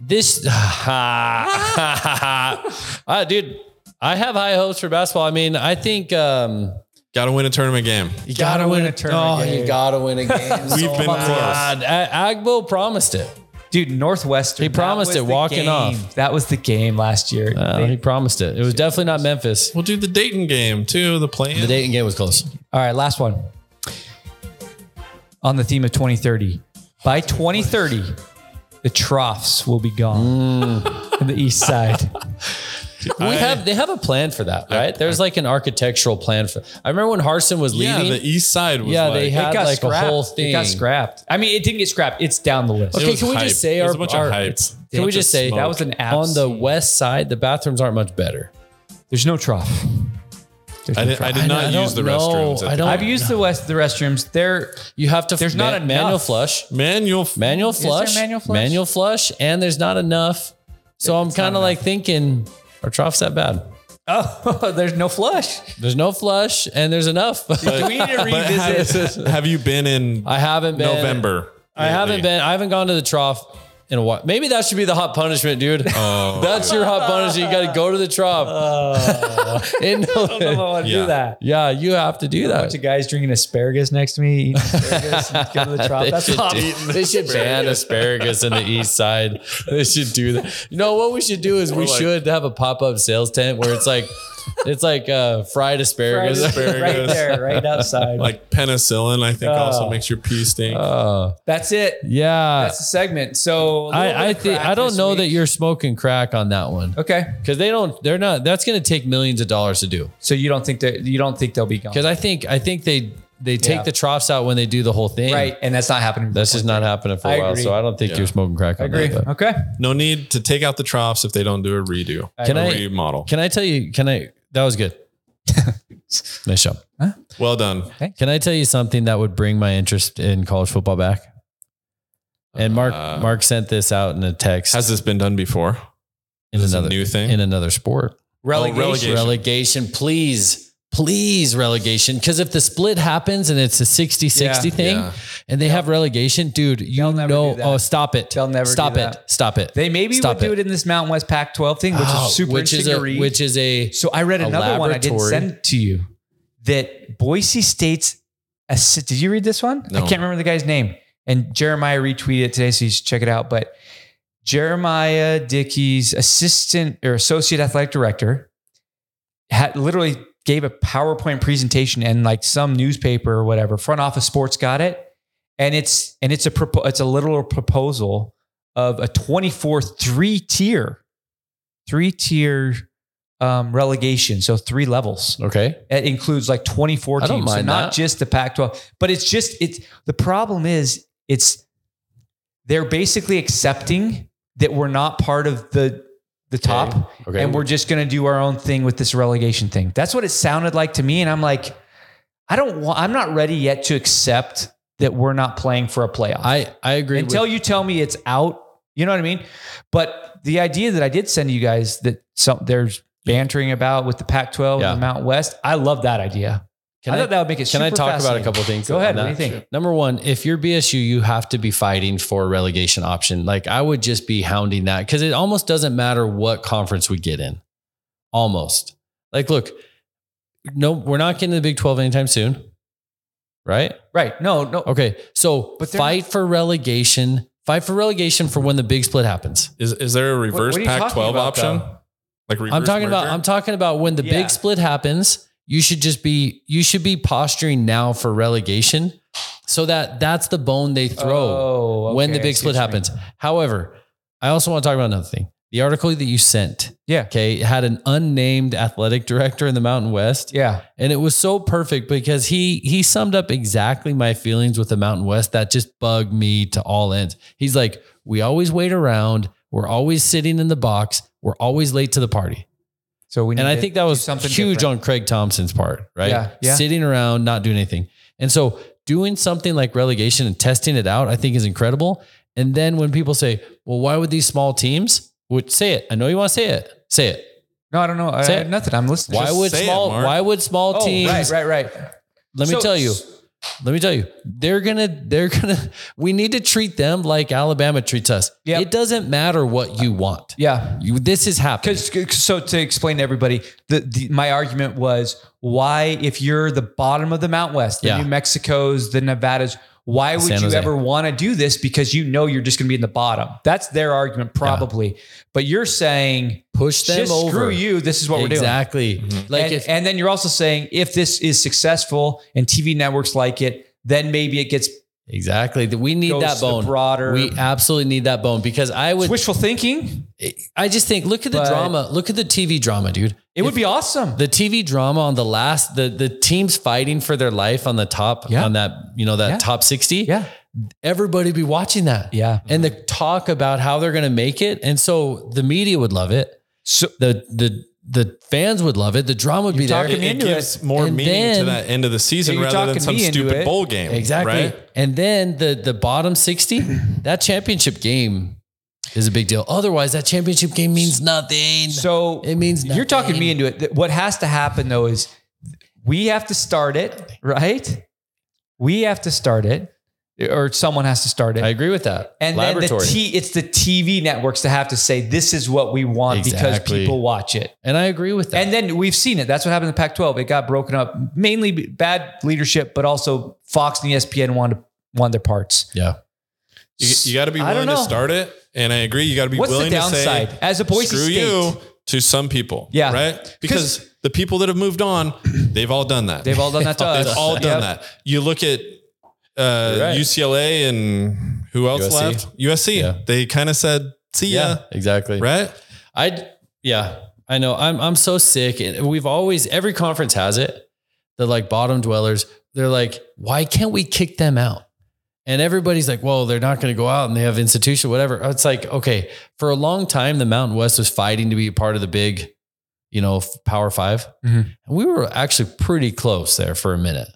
S4: This, Ah, dude. I have high hopes for basketball. I mean, I think um,
S1: got to win a tournament game.
S4: you
S3: gotta win a
S4: Oh,
S3: tournament game.
S4: you gotta win a game.
S1: We've been
S4: much.
S1: close.
S4: God, A- Agbo promised it.
S3: dude Northwestern?
S4: He
S3: that
S4: promised
S3: was
S4: it
S3: the
S4: walking
S3: game.
S4: off.
S3: That was the game last year.
S4: Uh, he promised it. It was definitely not Memphis.
S1: We'll do the Dayton game too. The play.
S4: The Dayton game was close.
S3: All right, last one. On the theme of 2030, by 2030, the troughs will be gone
S4: Mm.
S3: in the east side.
S4: We have they have a plan for that, right? There's like an architectural plan for. I remember when Harson was
S1: Yeah,
S4: leaving.
S1: the East Side was.
S4: Yeah,
S1: like,
S4: they had
S3: got
S4: like
S3: scrapped.
S4: a whole
S3: It
S4: thing.
S3: got scrapped. I mean, it didn't get scrapped. It's down the list.
S1: It
S4: Okay,
S1: was
S4: can we
S1: hype.
S4: just say
S1: It was
S4: our-
S1: a bunch of
S4: our-
S1: hype.
S4: Can we
S1: Bunch of
S4: just say
S1: smoke.
S3: that was an
S4: on
S3: abs.
S4: the west side, the bathrooms aren't much better.
S3: There's no trough. There's
S1: I
S3: no
S1: did,
S3: trough.
S1: I did not
S4: I don't
S1: use the
S4: know.
S1: restrooms. at
S4: I
S1: the-
S4: don't-
S3: I've used the west the restrooms. They're
S4: You have to.
S3: There's not enough.
S4: manual flush.
S1: Manual.
S4: Manual
S3: there
S4: flush,
S3: manual flush?
S4: manual flush, and there's not enough. So I'm kind of like thinking, are troughs that bad?
S3: oh, there's no flush.
S4: There's no flush, and there's enough.
S3: Do we need to
S1: But
S3: revisit?
S1: have, have you been in
S4: I haven't been
S1: November?
S4: I haven't
S1: lately?
S4: been. I haven't gone to the trough in a while. Maybe that should be the hot punishment, dude.
S1: Oh,
S4: That's your hot punishment. You got to go to the trough. in
S3: I don't
S4: November.
S3: want to
S1: Yeah.
S3: do that.
S4: Yeah, you have to do
S3: A bunch
S4: that.
S3: of guys drinking asparagus next to me, eating asparagus, and go to the trough. That's
S4: should
S3: hot.
S4: do- they should ban asparagus in the east side. They should do that. You know what we should do is we
S1: like-
S4: should have a pop up sales tent where it's like it's like uh, fried
S3: Right,
S4: asparagus.
S1: asparagus.
S3: right there, right outside.
S1: like penicillin. I think also
S3: Oh.
S1: makes your pee stink.
S3: That's it.
S4: Yeah,
S3: That's the segment. So a little bit
S4: I I
S3: of
S4: think
S3: crack
S4: I don't
S3: this
S4: know that
S3: week.
S4: you're smoking crack on that one
S3: okay.
S4: because they don't. They're not. That's going to take millions of dollars to do.
S3: So you don't think that you don't think they'll be gone,
S4: Because I think I think they they take
S3: Oh, Yeah.
S4: the troughs out when they do the whole thing.
S3: right? And that's not happening.
S4: That's just not happening for a
S3: I
S4: while.
S3: agree.
S4: So I don't think
S1: Yeah.
S4: you're smoking crack.
S3: I
S4: On
S3: agree.
S4: That, but-
S3: Okay.
S1: no need to take out the troughs if they don't do a redo.
S4: Can
S1: a
S4: I-
S1: remodel?
S4: Can I tell you? Can I? That was good. nice job.
S1: well done.
S4: Can I tell you something that would bring my interest in college football back? And Mark
S1: Uh,
S4: Mark sent this out in a text
S1: Has this been done before?
S4: in
S1: Is this
S4: another
S1: a new thing?
S4: in another sport.
S3: Oh,
S1: Relegation. relegation.
S4: Relegation, please. Please relegation. Because if the split happens and it's a 60 60
S3: Yeah.
S4: thing
S1: Yeah.
S4: and they have relegation, dude, you
S3: They'll never
S4: know,
S3: do that.
S4: oh, stop it.
S3: They'll never do
S4: stop it.
S3: that.
S4: Stop it.
S3: They maybe
S4: Stop
S3: would do
S4: it.
S3: it in this Mountain West Pac-12 thing, which
S4: Oh,
S3: is super
S4: which is
S3: interesting
S4: a
S3: to read.
S4: which is a
S3: so I read
S4: a
S3: another one I didn't
S4: laboratory.
S3: send to you that Boise State's. assi- Did you read this one?
S1: No.
S3: I can't remember the guy's name. And Jeremiah retweeted it today, so you should check it out. But Jeremiah Dickey's assistant or associate athletic director had literally gave a PowerPoint presentation and like some newspaper or whatever. Front office sports got it, and it's and it's a propo- it's a literal proposal of a 24 three tier three tier um, relegation so three levels
S4: okay.
S3: it includes like 24
S4: I
S3: teams
S4: don't
S3: so
S4: mind
S3: not
S4: that.
S3: just the pac 12 but it's just it's the problem is it's they're basically accepting that we're not part of the the top
S4: Okay.
S3: and we're just going to do our own thing with this relegation thing. That's what it sounded like to me. And I'm like, I don't want, I'm not ready yet to accept that we're not playing for a playoff
S4: I, I agree.
S3: until
S4: with,
S3: you tell me it's out. You know what I mean? But the idea that I did send you guys that some there's bantering about with the Pac 12
S4: Yeah.
S3: and the Mountain West, I love that idea.
S4: can
S3: I,
S4: I,
S3: thought that would make it
S4: can I
S3: super
S4: talk about a
S3: fascinating.
S4: couple things?
S3: Go ahead.
S4: on
S3: What do you
S4: that?
S3: think?
S4: Number one, if you're BSU, you have to be fighting for a relegation option. Like I would just be hounding that because it almost doesn't matter what conference we get in. Almost. Like, look, no, we're not getting the Big 12 anytime soon. Right?
S3: Right. No, no.
S4: Okay. So
S3: But they're-
S4: fight for relegation. Fight for relegation for when the big split happens.
S1: Is is there a
S3: What- what are
S1: reverse
S3: you
S1: Pac
S3: talking
S1: 12
S3: about,
S1: option?
S3: though?
S1: Like reverse
S4: I'm talking about
S1: merger?
S4: I'm talking about when the
S3: Yeah.
S4: big split happens, you should just be you should be posturing now for relegation so that that's the bone they throw.
S3: Oh, okay.
S4: when the
S3: I
S4: big
S3: see
S4: split
S3: what you
S4: happens.
S3: mean.
S4: However, I also want to talk about another thing. The article that you sent,
S3: Yeah.
S4: okay, it had an unnamed athletic director in the Mountain West,
S3: Yeah.
S4: and it was so perfect because he he summed up exactly my feelings with the Mountain West that just bugged me to all ends. He's like, "We always wait around. We're always sitting in the box. We're always late to the party."
S3: So we need
S4: And I
S3: to
S4: think that
S3: do
S4: was
S3: something
S4: huge
S3: different.
S4: on Craig Thompson's part, right?
S3: Yeah, yeah.
S4: Sitting around, not doing anything. And so doing something like relegation and testing it out, I think is incredible. And then when people say, well, why would these small teams, which say it, I know you want to say it, say it.
S3: No, I don't know. I,
S4: Say
S3: I
S4: it.
S3: have nothing. I'm listening.
S4: Why
S1: Just
S4: would
S1: say it,
S4: small,
S1: Mark.
S4: why would small
S3: oh,
S4: teams,
S3: right, right, right.
S4: let me
S3: So-
S4: tell you, let me tell you, they're going to, they're going to, we need to treat them like Alabama treats us.
S3: Yep.
S4: It doesn't matter what you want.
S3: Yeah.
S4: You, this is happening.
S3: Because so to explain to everybody, the, the my argument was why if you're the bottom of the Mount West, the
S4: Yeah.
S3: New Mexico's, the Nevadas, why would
S4: San
S3: you
S4: Jose.
S3: ever want to do this? Because you know you're just going to be in the bottom. That's their argument, probably. But you're saying
S4: Push them
S3: just
S4: over.
S3: screw you. This is what we're doing. Mm-hmm.
S4: exactly. Like
S3: and,
S4: if,
S3: and then you're also saying if this is successful and TV networks like it, then maybe it gets
S4: Exactly. That We need
S3: goes
S4: that
S3: to the
S4: bone.
S3: broader.
S4: We absolutely need that bone because I
S3: it's
S4: would. eh,
S3: wishful thinking.
S4: I just think look at the
S3: But-
S4: drama. Look at the TV drama, dude.
S3: It would be awesome.
S4: The TV drama on the last the the teams fighting for their life on the top
S3: Yeah.
S4: on that you know that
S3: Yeah.
S4: top sixty.
S3: yeah,
S4: Everybody be watching that
S3: yeah.
S4: and the talk about how they're going to make it, and so the media would love it.
S3: So
S4: the the the fans would love it. The drama would be there.
S3: talking
S1: it, it
S3: into
S1: gives more
S4: And
S1: meaning
S4: then-
S1: to that end of the season
S3: Yeah, you're
S1: rather than
S3: talking
S1: some
S3: me into
S1: stupid
S3: it.
S1: bowl game.
S4: Exactly.
S1: Right?
S4: And then the the bottom 60, that championship game is a big deal. Otherwise, that championship game means nothing.
S3: so
S4: it means nothing.
S3: You're talking me into it. Th- What has to happen though is we have to start it, right? We have to start it, or someone has to start it.
S4: I agree with that.
S3: and then the T, it's the TV networks that have to say this is what we want because
S4: Exactly.
S3: people watch it.
S4: and I agree with that.
S3: And then we've seen it. That's what happened in the Pac-12. It got broken up, mainly b- bad leadership, but also Fox and E ESPN wanted won their parts.
S4: yeah.
S1: You, you got to be
S3: I don't
S1: willing to
S3: know.
S1: start it. And I agree. You got to be
S3: What's the
S1: willing to say,
S3: downside as a Boise
S1: screw
S3: State?
S1: you to some people.
S3: Yeah.
S1: Right? Because the people that have moved on, they've all done that.
S3: They've all done that to us.
S1: They've all done
S3: Yep.
S1: that. You look at uh,
S4: You're right.
S1: UCLA and who else
S4: USC.
S1: left? USC.
S4: Yeah.
S1: They kind of said, see ya.
S4: exactly.
S1: Right?
S4: I yeah, I know. I'm I'm so sick, and we've always every conference has it. The like bottom dwellers. They're like, why can't we kick them out? And everybody's like, well, they're not going to go out, and they have institution, whatever. Uh, It's like, okay, for a long time, the Mountain West was fighting to be a part of the big, you know, f- Power 5
S3: Mhm.
S4: and we were actually pretty close there for a minute.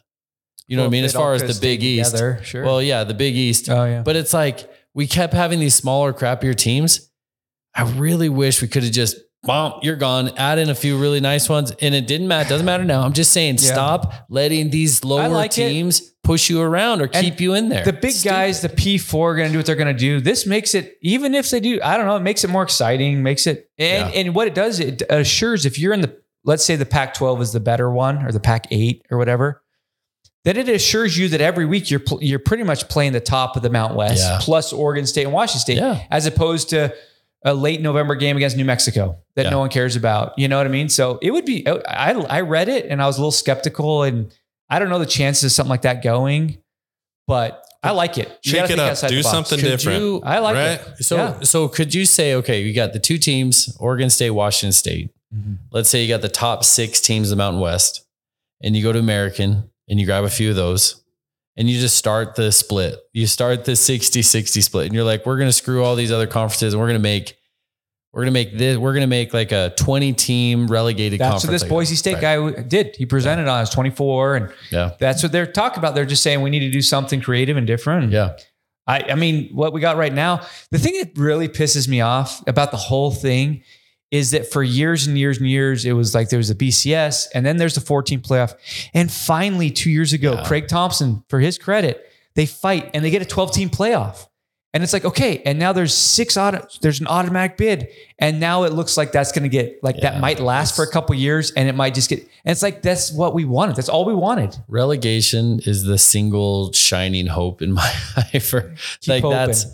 S4: You know what I mean? As far as the Big East,
S3: sure.
S4: well, yeah, the Big East,
S3: oh yeah,
S4: but it's like we kept having these smaller, crappier teams. I really wish we could have just bomb, you're gone, add in a few really nice ones. And it didn't matter, doesn't matter now. I'm just saying,
S3: Yeah.
S4: stop letting these lower
S3: like it.
S4: teams push you around or
S3: And
S4: keep you in there.
S3: The big
S4: Stupid.
S3: guys, the P4 are going to do what they're going to do. This makes it, even if they do, I don't know, it makes it more exciting, makes it, and, and what it does, it assures if you're in the, let's say the Pac 12 is the better one or the Pac 8 or whatever, then it assures you that every week you're, pl- you're pretty much playing the top of the Mount West
S4: Yeah.
S3: plus Oregon State and Washington State,
S4: Yeah.
S3: as opposed to a late November game against New Mexico that
S4: Yeah.
S3: no one cares about. You know what I mean? So it would be, I, I read it and I was a little skeptical and I don't know the chances of something like that going but I like it. You gotta
S1: Shake it
S3: think
S1: up.
S3: outside
S1: Do
S3: the box.
S1: something
S4: Could
S1: different.
S4: you-
S3: I like
S1: right?
S3: it.
S4: So,
S3: Yeah.
S4: so could you say, okay, you got the two teams, Oregon State, Washington State.
S3: Mhm.
S4: Let's say you got the top six teams of the Mountain West, and you go to American and you grab a few of those, and you just start the split. You start the 60 60 split, and you're like, we're going to screw all these other conferences, and we're going to make. We're gonna make this. We're gonna make like a twenty-team relegated
S3: That's
S4: conference.
S3: what this
S4: like
S3: Boise State guy w- did. He presented on his 24, and
S4: Yeah.
S3: that's what they're talking about. They're just saying we need to do something creative and different.
S4: Yeah.
S3: I, I mean, what we got right now, the thing that really pisses me off about the whole thing is that for years and years and years, it was like there was a BCS and then there's the 14 playoff. And finally, two years ago,
S4: Yeah.
S3: Craig Thompson, for his credit, they fight and they get a 12 team playoff. And it's like, okay, and now there's six auto, there's an automatic bid. And now it looks like that's gonna get like that
S4: Yeah.
S3: might last for a couple years and it might just get and it's like that's what we wanted. That's all we wanted.
S4: relegation is the single shining hope in my eye for
S3: Keep
S4: like
S3: hoping.
S4: that's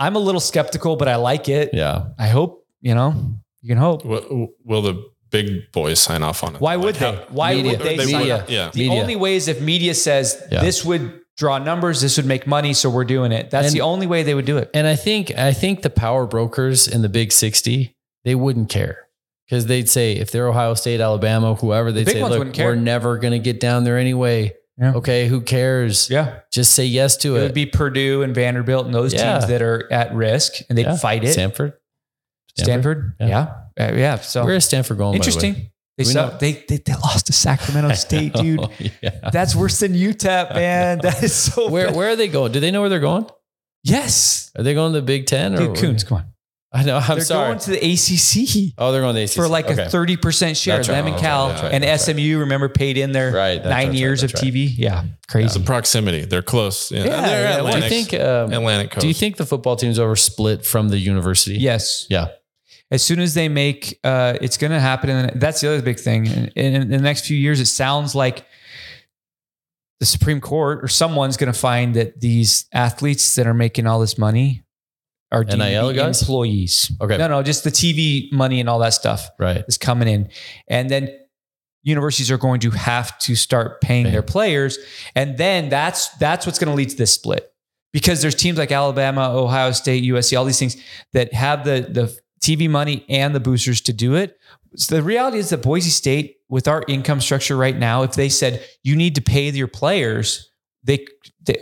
S3: I'm a little skeptical, but I like it.
S4: yeah.
S3: I hope, you know, you can hope.
S1: Will, will the big boys sign off on it?
S3: Why would
S1: Like,
S3: they? Why
S4: Media.
S3: would they?
S1: They
S3: sign
S1: would,
S3: up?
S1: yeah.
S3: The
S4: Media.
S3: only way is if media says
S4: Yeah.
S3: this would draw numbers, this would make money, so we're doing it. That's
S4: And-
S3: the only way they would do it.
S4: And I think I think the power brokers in the Big Sixty they wouldn't care because they'd say if they're Ohio State, Alabama, whoever, they'd
S3: big
S4: say,
S3: ones
S4: "Look,
S3: wouldn't care.
S4: we're never going to get down there anyway.
S3: Yeah.
S4: Okay, who cares?
S3: Yeah,
S4: Just say yes to
S3: it
S4: it."
S3: would be Purdue and Vanderbilt and those
S4: Yeah.
S3: teams that are at risk, and they'd
S4: Yeah.
S3: fight it.
S4: Stanford.
S3: Stanford,
S4: Yeah.
S3: yeah, Uh, yeah. So
S4: Where is Stanford going? by the way?
S3: interesting. They,
S4: Do we
S3: suck. they they they lost to Sacramento State, dude.
S4: Oh, yeah.
S3: That's worse than UTEP, man. That is so.
S4: Where
S3: bad.
S4: Where are they going? Do they know where they're going?
S3: Yes,
S4: Are they going to the Big Ten or
S3: dude, Coons, come on.
S4: I know. I'm
S3: They're
S4: sorry.
S3: going to the ACC.
S4: oh, they're going to the ACC.
S3: for like
S4: Okay.
S3: a thirty percent share.
S4: That's right.
S3: Them and
S4: That's right.
S3: Cal
S1: That's right.
S3: and
S4: That's right.
S3: SMU. Remember, paid in their
S4: Right. That's
S3: nine
S4: right.
S3: years
S4: That's
S3: of
S4: right.
S3: TV. Yeah,
S1: It's the
S3: crazy.
S1: proximity. They're close. Yeah,
S3: Yeah,
S1: they're
S3: yeah.
S4: Do
S1: Atlantic.
S4: you think? Um,
S1: Atlantic Coast.
S4: do you think the football team's over split from the university?
S3: Yes.
S4: Yeah.
S3: As soon as they make, uh, it's going to happen. And that's the other big thing. In, in the next few years, it sounds like the Supreme Court or someone's going to find that these athletes that are making all this money are deemed to
S4: NIL
S3: be
S4: guys?
S3: employees.
S4: Okay.
S3: No, no, just the TV money and all that stuff.
S4: Right.
S3: is coming in. And then universities are going to have to start paying
S4: Paying.
S3: their players. And then that's that's what's going to lead to this split. Because there's teams like Alabama, Ohio State, USC, all these things that have the the TV money and the boosters to do it. So the reality is that Boise State, with our income structure right now, if they said you need to pay your players, they they,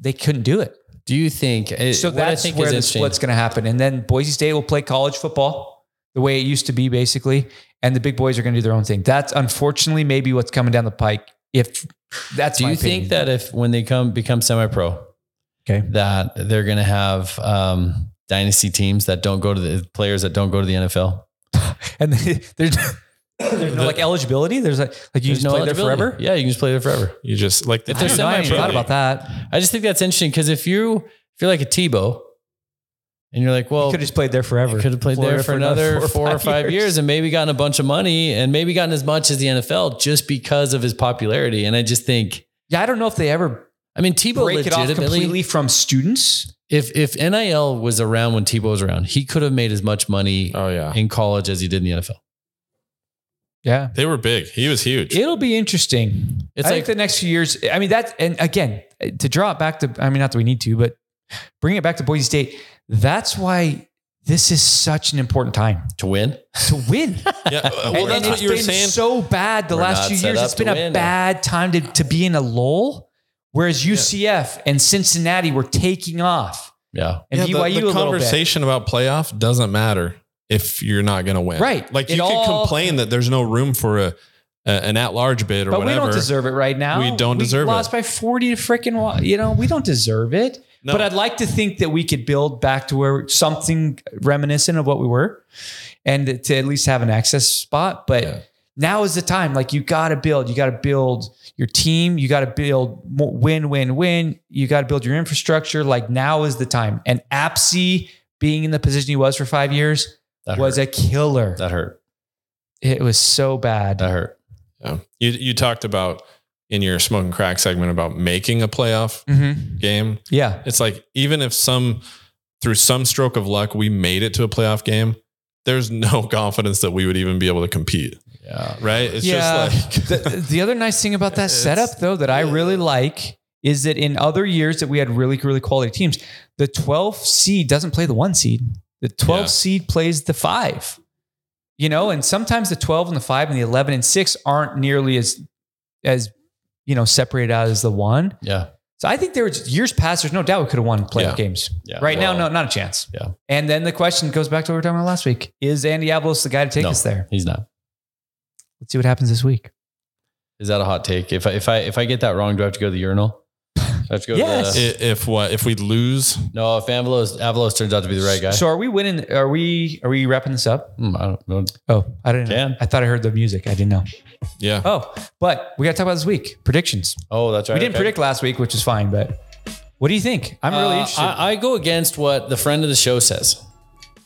S3: they couldn't do it.
S4: Do you think? it-
S3: So
S4: what I
S3: that's
S4: think
S3: where
S4: is
S3: the
S4: interesting-
S3: split's going to happen. And then Boise State will play college football the way it used to be, basically. And the big boys are going to do their own thing. That's unfortunately maybe what's coming down the pike. If that's
S4: Do
S3: my
S4: you
S3: opinion.
S4: think that if when they come become semi-pro,
S3: Okay.
S4: that they're going to have um, dynasty teams that don't go to the players that don't go to the NFL?
S3: and there's there's no like eligibility. There's like like you
S4: There's
S3: just play there
S4: eligibility.
S3: forever.
S4: Yeah, you can just play there forever.
S1: you just like the
S4: If
S3: I
S4: there's
S3: don't know, I
S4: semi-pro
S3: forgot
S4: league.
S3: about that.
S4: I just think that's interesting because if you if you're like a Tebow, and you're like, well,
S3: could have just played there forever.
S4: could have played there
S3: Florida
S4: for another four, or five years. and maybe gotten a bunch of money and maybe gotten as much as the NFL just because of his popularity. And I just think,
S3: Yeah, I don't know if they ever
S4: I mean, Tebow
S3: break it off
S4: legitimately
S3: completely from students.
S4: if if NIL was around when Tebow was around, he could have made as much money
S1: Oh yeah,
S4: in college as he did in the NFL.
S3: Yeah,
S1: they were big. He was huge.
S3: It'll be interesting.
S4: It's
S3: I
S4: like-
S3: think the next few years. I mean, that and again to draw it back to. I mean, not that we need to, but bring it back to Boise State. That's why this is such an important time
S4: To win,
S3: to win.
S1: yeah, Uh, well,
S3: And-
S1: that's
S3: and
S1: what
S3: it's
S1: you were
S3: been
S1: saying.
S3: So bad the
S4: We're
S3: last
S4: not
S3: few
S4: set
S3: years.
S4: up
S3: It's been
S4: to
S3: a
S4: win.
S3: bad time to to be in a lull. Whereas UCF and Cincinnati were taking off,
S4: yeah,
S3: and
S1: yeah, the-
S3: BYU
S1: the,
S3: a little bit.
S1: conversation about playoff doesn't matter if you're not going to win.
S3: Right.
S1: Like
S3: It
S1: you can
S3: all-
S1: complain that there's no room for a a, an at-large bid or
S3: But
S1: whatever.
S3: we don't deserve it right now.
S1: We don't deserve
S3: lost
S1: it.
S3: by 40 to freaking, you know, we don't deserve it.
S1: No.
S3: But I'd like to think that we could build back to where something reminiscent of what we were and to at least have an access spot. But now is the time. Like, you got to build. You got to build your team. You got to build mo- win, win, win. You got to build your infrastructure. Like, now is the time. And APSI being in the position he was for five years
S4: That
S3: was
S4: hurt.
S3: a killer.
S4: that hurt.
S3: It was so bad.
S4: That hurt.
S1: Yeah. You you talked about in your smoking crack segment about making a playoff
S3: Mhm.
S1: game.
S3: Yeah.
S1: It's like even if some through some stroke of luck we made it to a playoff game, there's no confidence that we would even be able to compete.
S4: Yeah.
S1: Right? It's just like
S3: the, the other nice thing about that
S1: It's-
S3: setup, though, that I really like is that in other years that we had really, really quality teams, the 12 seed doesn't play the one seed. The 12
S1: Yeah.
S3: seed plays the five, you know, and sometimes the 12 and the five and the 11 and six aren't nearly as, as, you know, separated out as the one.
S4: Yeah.
S3: So I think there was years past, there's no doubt we could have won playoff
S1: Yeah.
S3: games.
S4: Yeah.
S3: Right
S4: Well,
S3: now, no, not a chance.
S4: Yeah.
S3: And then the question goes back to what we were talking about last week. Is Andy Avalos the guy to take
S4: No.
S3: us there?
S4: He's not.
S3: Let's see what happens this week.
S4: Is that a hot take? If I if I if I get that wrong, do I have to go to the urinal? Do I have to go
S3: Yes.
S4: to the,
S1: i- if what if we lose,
S4: No, if Avalos Avalos turns out to be the right guy.
S3: So are we winning? Are we are we wrapping this up?
S4: Hmm, I don't know.
S3: Oh, I didn't.
S4: Can.
S3: know. I thought I heard the music. I didn't know.
S1: yeah.
S3: Oh, but we got to talk about this week predictions.
S4: Oh, that's right.
S3: We didn't
S4: Okay.
S3: predict last week, which is fine. But what do you think? I'm really
S4: Uh,
S3: interested.
S4: I, I go against what the friend of the show says.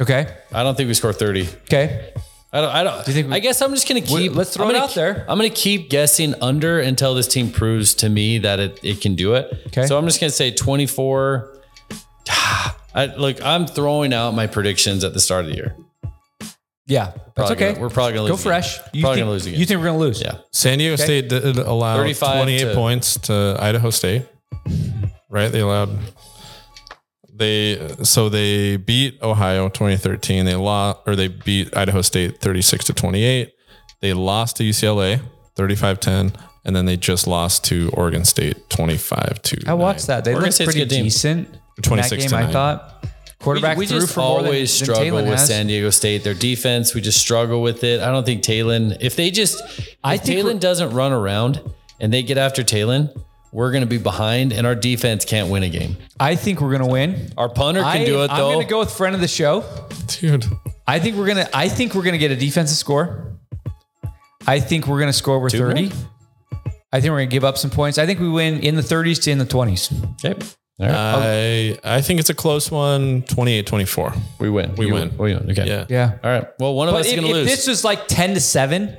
S3: okay.
S4: I don't think we score 30.
S3: Okay.
S4: I don't. I don't. Do
S3: you think we-
S4: I guess I'm just gonna keep.
S3: let's throw
S4: I'm
S3: it
S4: gonna
S3: out
S4: ke-
S3: there.
S4: I'm gonna keep guessing under until this team proves to me that it, it can do it.
S3: Okay.
S4: So I'm just gonna say 24. I, look, I'm throwing out my predictions at the start of the year.
S3: Yeah, that's
S4: Probably
S3: okay.
S4: gonna- we're probably gonna
S3: go
S4: lose
S3: fresh.
S4: again.
S3: You
S4: Probably
S3: think,
S4: gonna lose again.
S3: You think we're gonna lose?
S4: Yeah.
S1: San Diego State did allow
S4: 35
S1: 28
S4: to-
S1: points to Idaho State, right? They allowed they so they beat Ohio 2013. They lost or they beat Idaho State 36 to 28. They lost to UCLA 35-10 and then they just lost to Oregon State 25 to
S3: I watched that. They
S4: Oregon
S3: looked
S4: State's a
S3: pretty
S4: good team.
S3: decent. in that
S1: 26 to
S3: game, I
S1: nine.
S3: thought quarterback
S4: we, we
S3: threw
S4: just
S3: for more than-
S4: always
S3: than
S4: struggle
S3: Taylor
S4: with
S3: has.
S4: San Diego State. Their defense, we just struggle with it. I don't think Talon. If they just, if I
S3: think we're-
S4: Talon doesn't run around and they get after Talon, we're gonna be behind, and our defense can't win a game.
S3: I think we're gonna win.
S4: Our punter can do it
S3: I'm
S4: though.
S3: gonna go with friend of the show.
S1: Dude,
S3: I think we're gonna. I think we're gonna get a defensive score. I think we're gonna score over
S4: more?
S3: thirty. I think we're gonna give up some points. I think we win in the thirties to in the twenties.
S4: Okay. All
S1: I
S4: right.
S1: I think it's a close one 28-24.
S4: we win.
S1: we win.
S4: We win. Okay.
S1: Yeah.
S3: Yeah.
S4: All right. Well, one of
S3: But
S4: us is
S3: if,
S4: going to
S3: if
S4: lose.
S3: this was like ten to seven,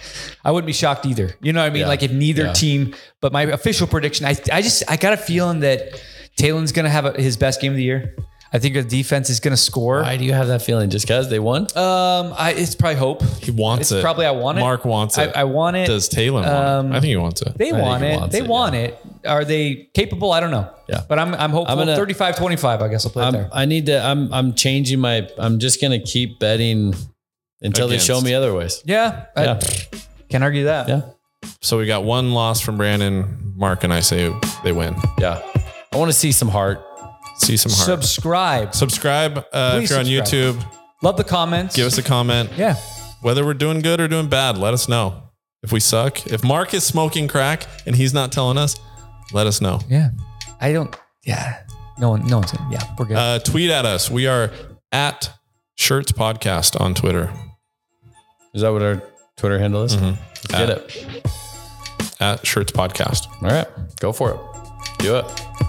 S3: I wouldn't be shocked either. You know what I mean?
S4: Yeah.
S3: Like if neither
S4: Yeah.
S3: team. But my official prediction, I I just I got a feeling that Talon's gonna have a, his best game of the year. I think the defense is gonna score.
S4: Why do you have that feeling? Just because they won?
S3: um, I, it's probably hope.
S1: He wants
S3: It's
S1: it.
S3: probably I want it.
S1: Mark wants
S3: I,
S1: it.
S3: I want it.
S1: Does Taylor want
S3: Um,
S1: it? I think he wants it.
S3: They
S4: think
S3: want
S4: he
S3: it.
S4: wants
S3: They
S4: it,
S3: want it. Are they capable? I don't know.
S4: Yeah.
S3: But I'm I'm hopeful.
S4: I'm gonna-
S3: 35 25, I guess I'll play it
S4: I'm,
S3: there.
S4: I need to. I'm. I'm changing my. I'm just going to keep betting until
S1: Against.
S4: they show me otherwise.
S3: Yeah. I
S4: Yeah.
S3: can't argue that.
S4: Yeah.
S1: So we got one loss from Brandon, Mark, and I say they win.
S4: Yeah. I want to see some heart.
S1: See some heart.
S3: Subscribe.
S1: subscribe uh, if
S3: Please
S1: you're
S3: subscribe.
S1: on YouTube.
S3: Love the comments.
S1: Give us a comment.
S3: yeah.
S1: Whether we're doing good or doing bad, let us know. If we suck, if Mark is smoking crack and he's not telling us, let us know.
S3: Yeah. I don't yeah. No one no one's gonna yeah, we're good.
S1: Uh, tweet at us. We are at Shirts Podcast on Twitter.
S4: Is that what our Twitter handle is? Let's get it.
S1: At Shirts Podcast.
S4: All right. Go for it. Do it.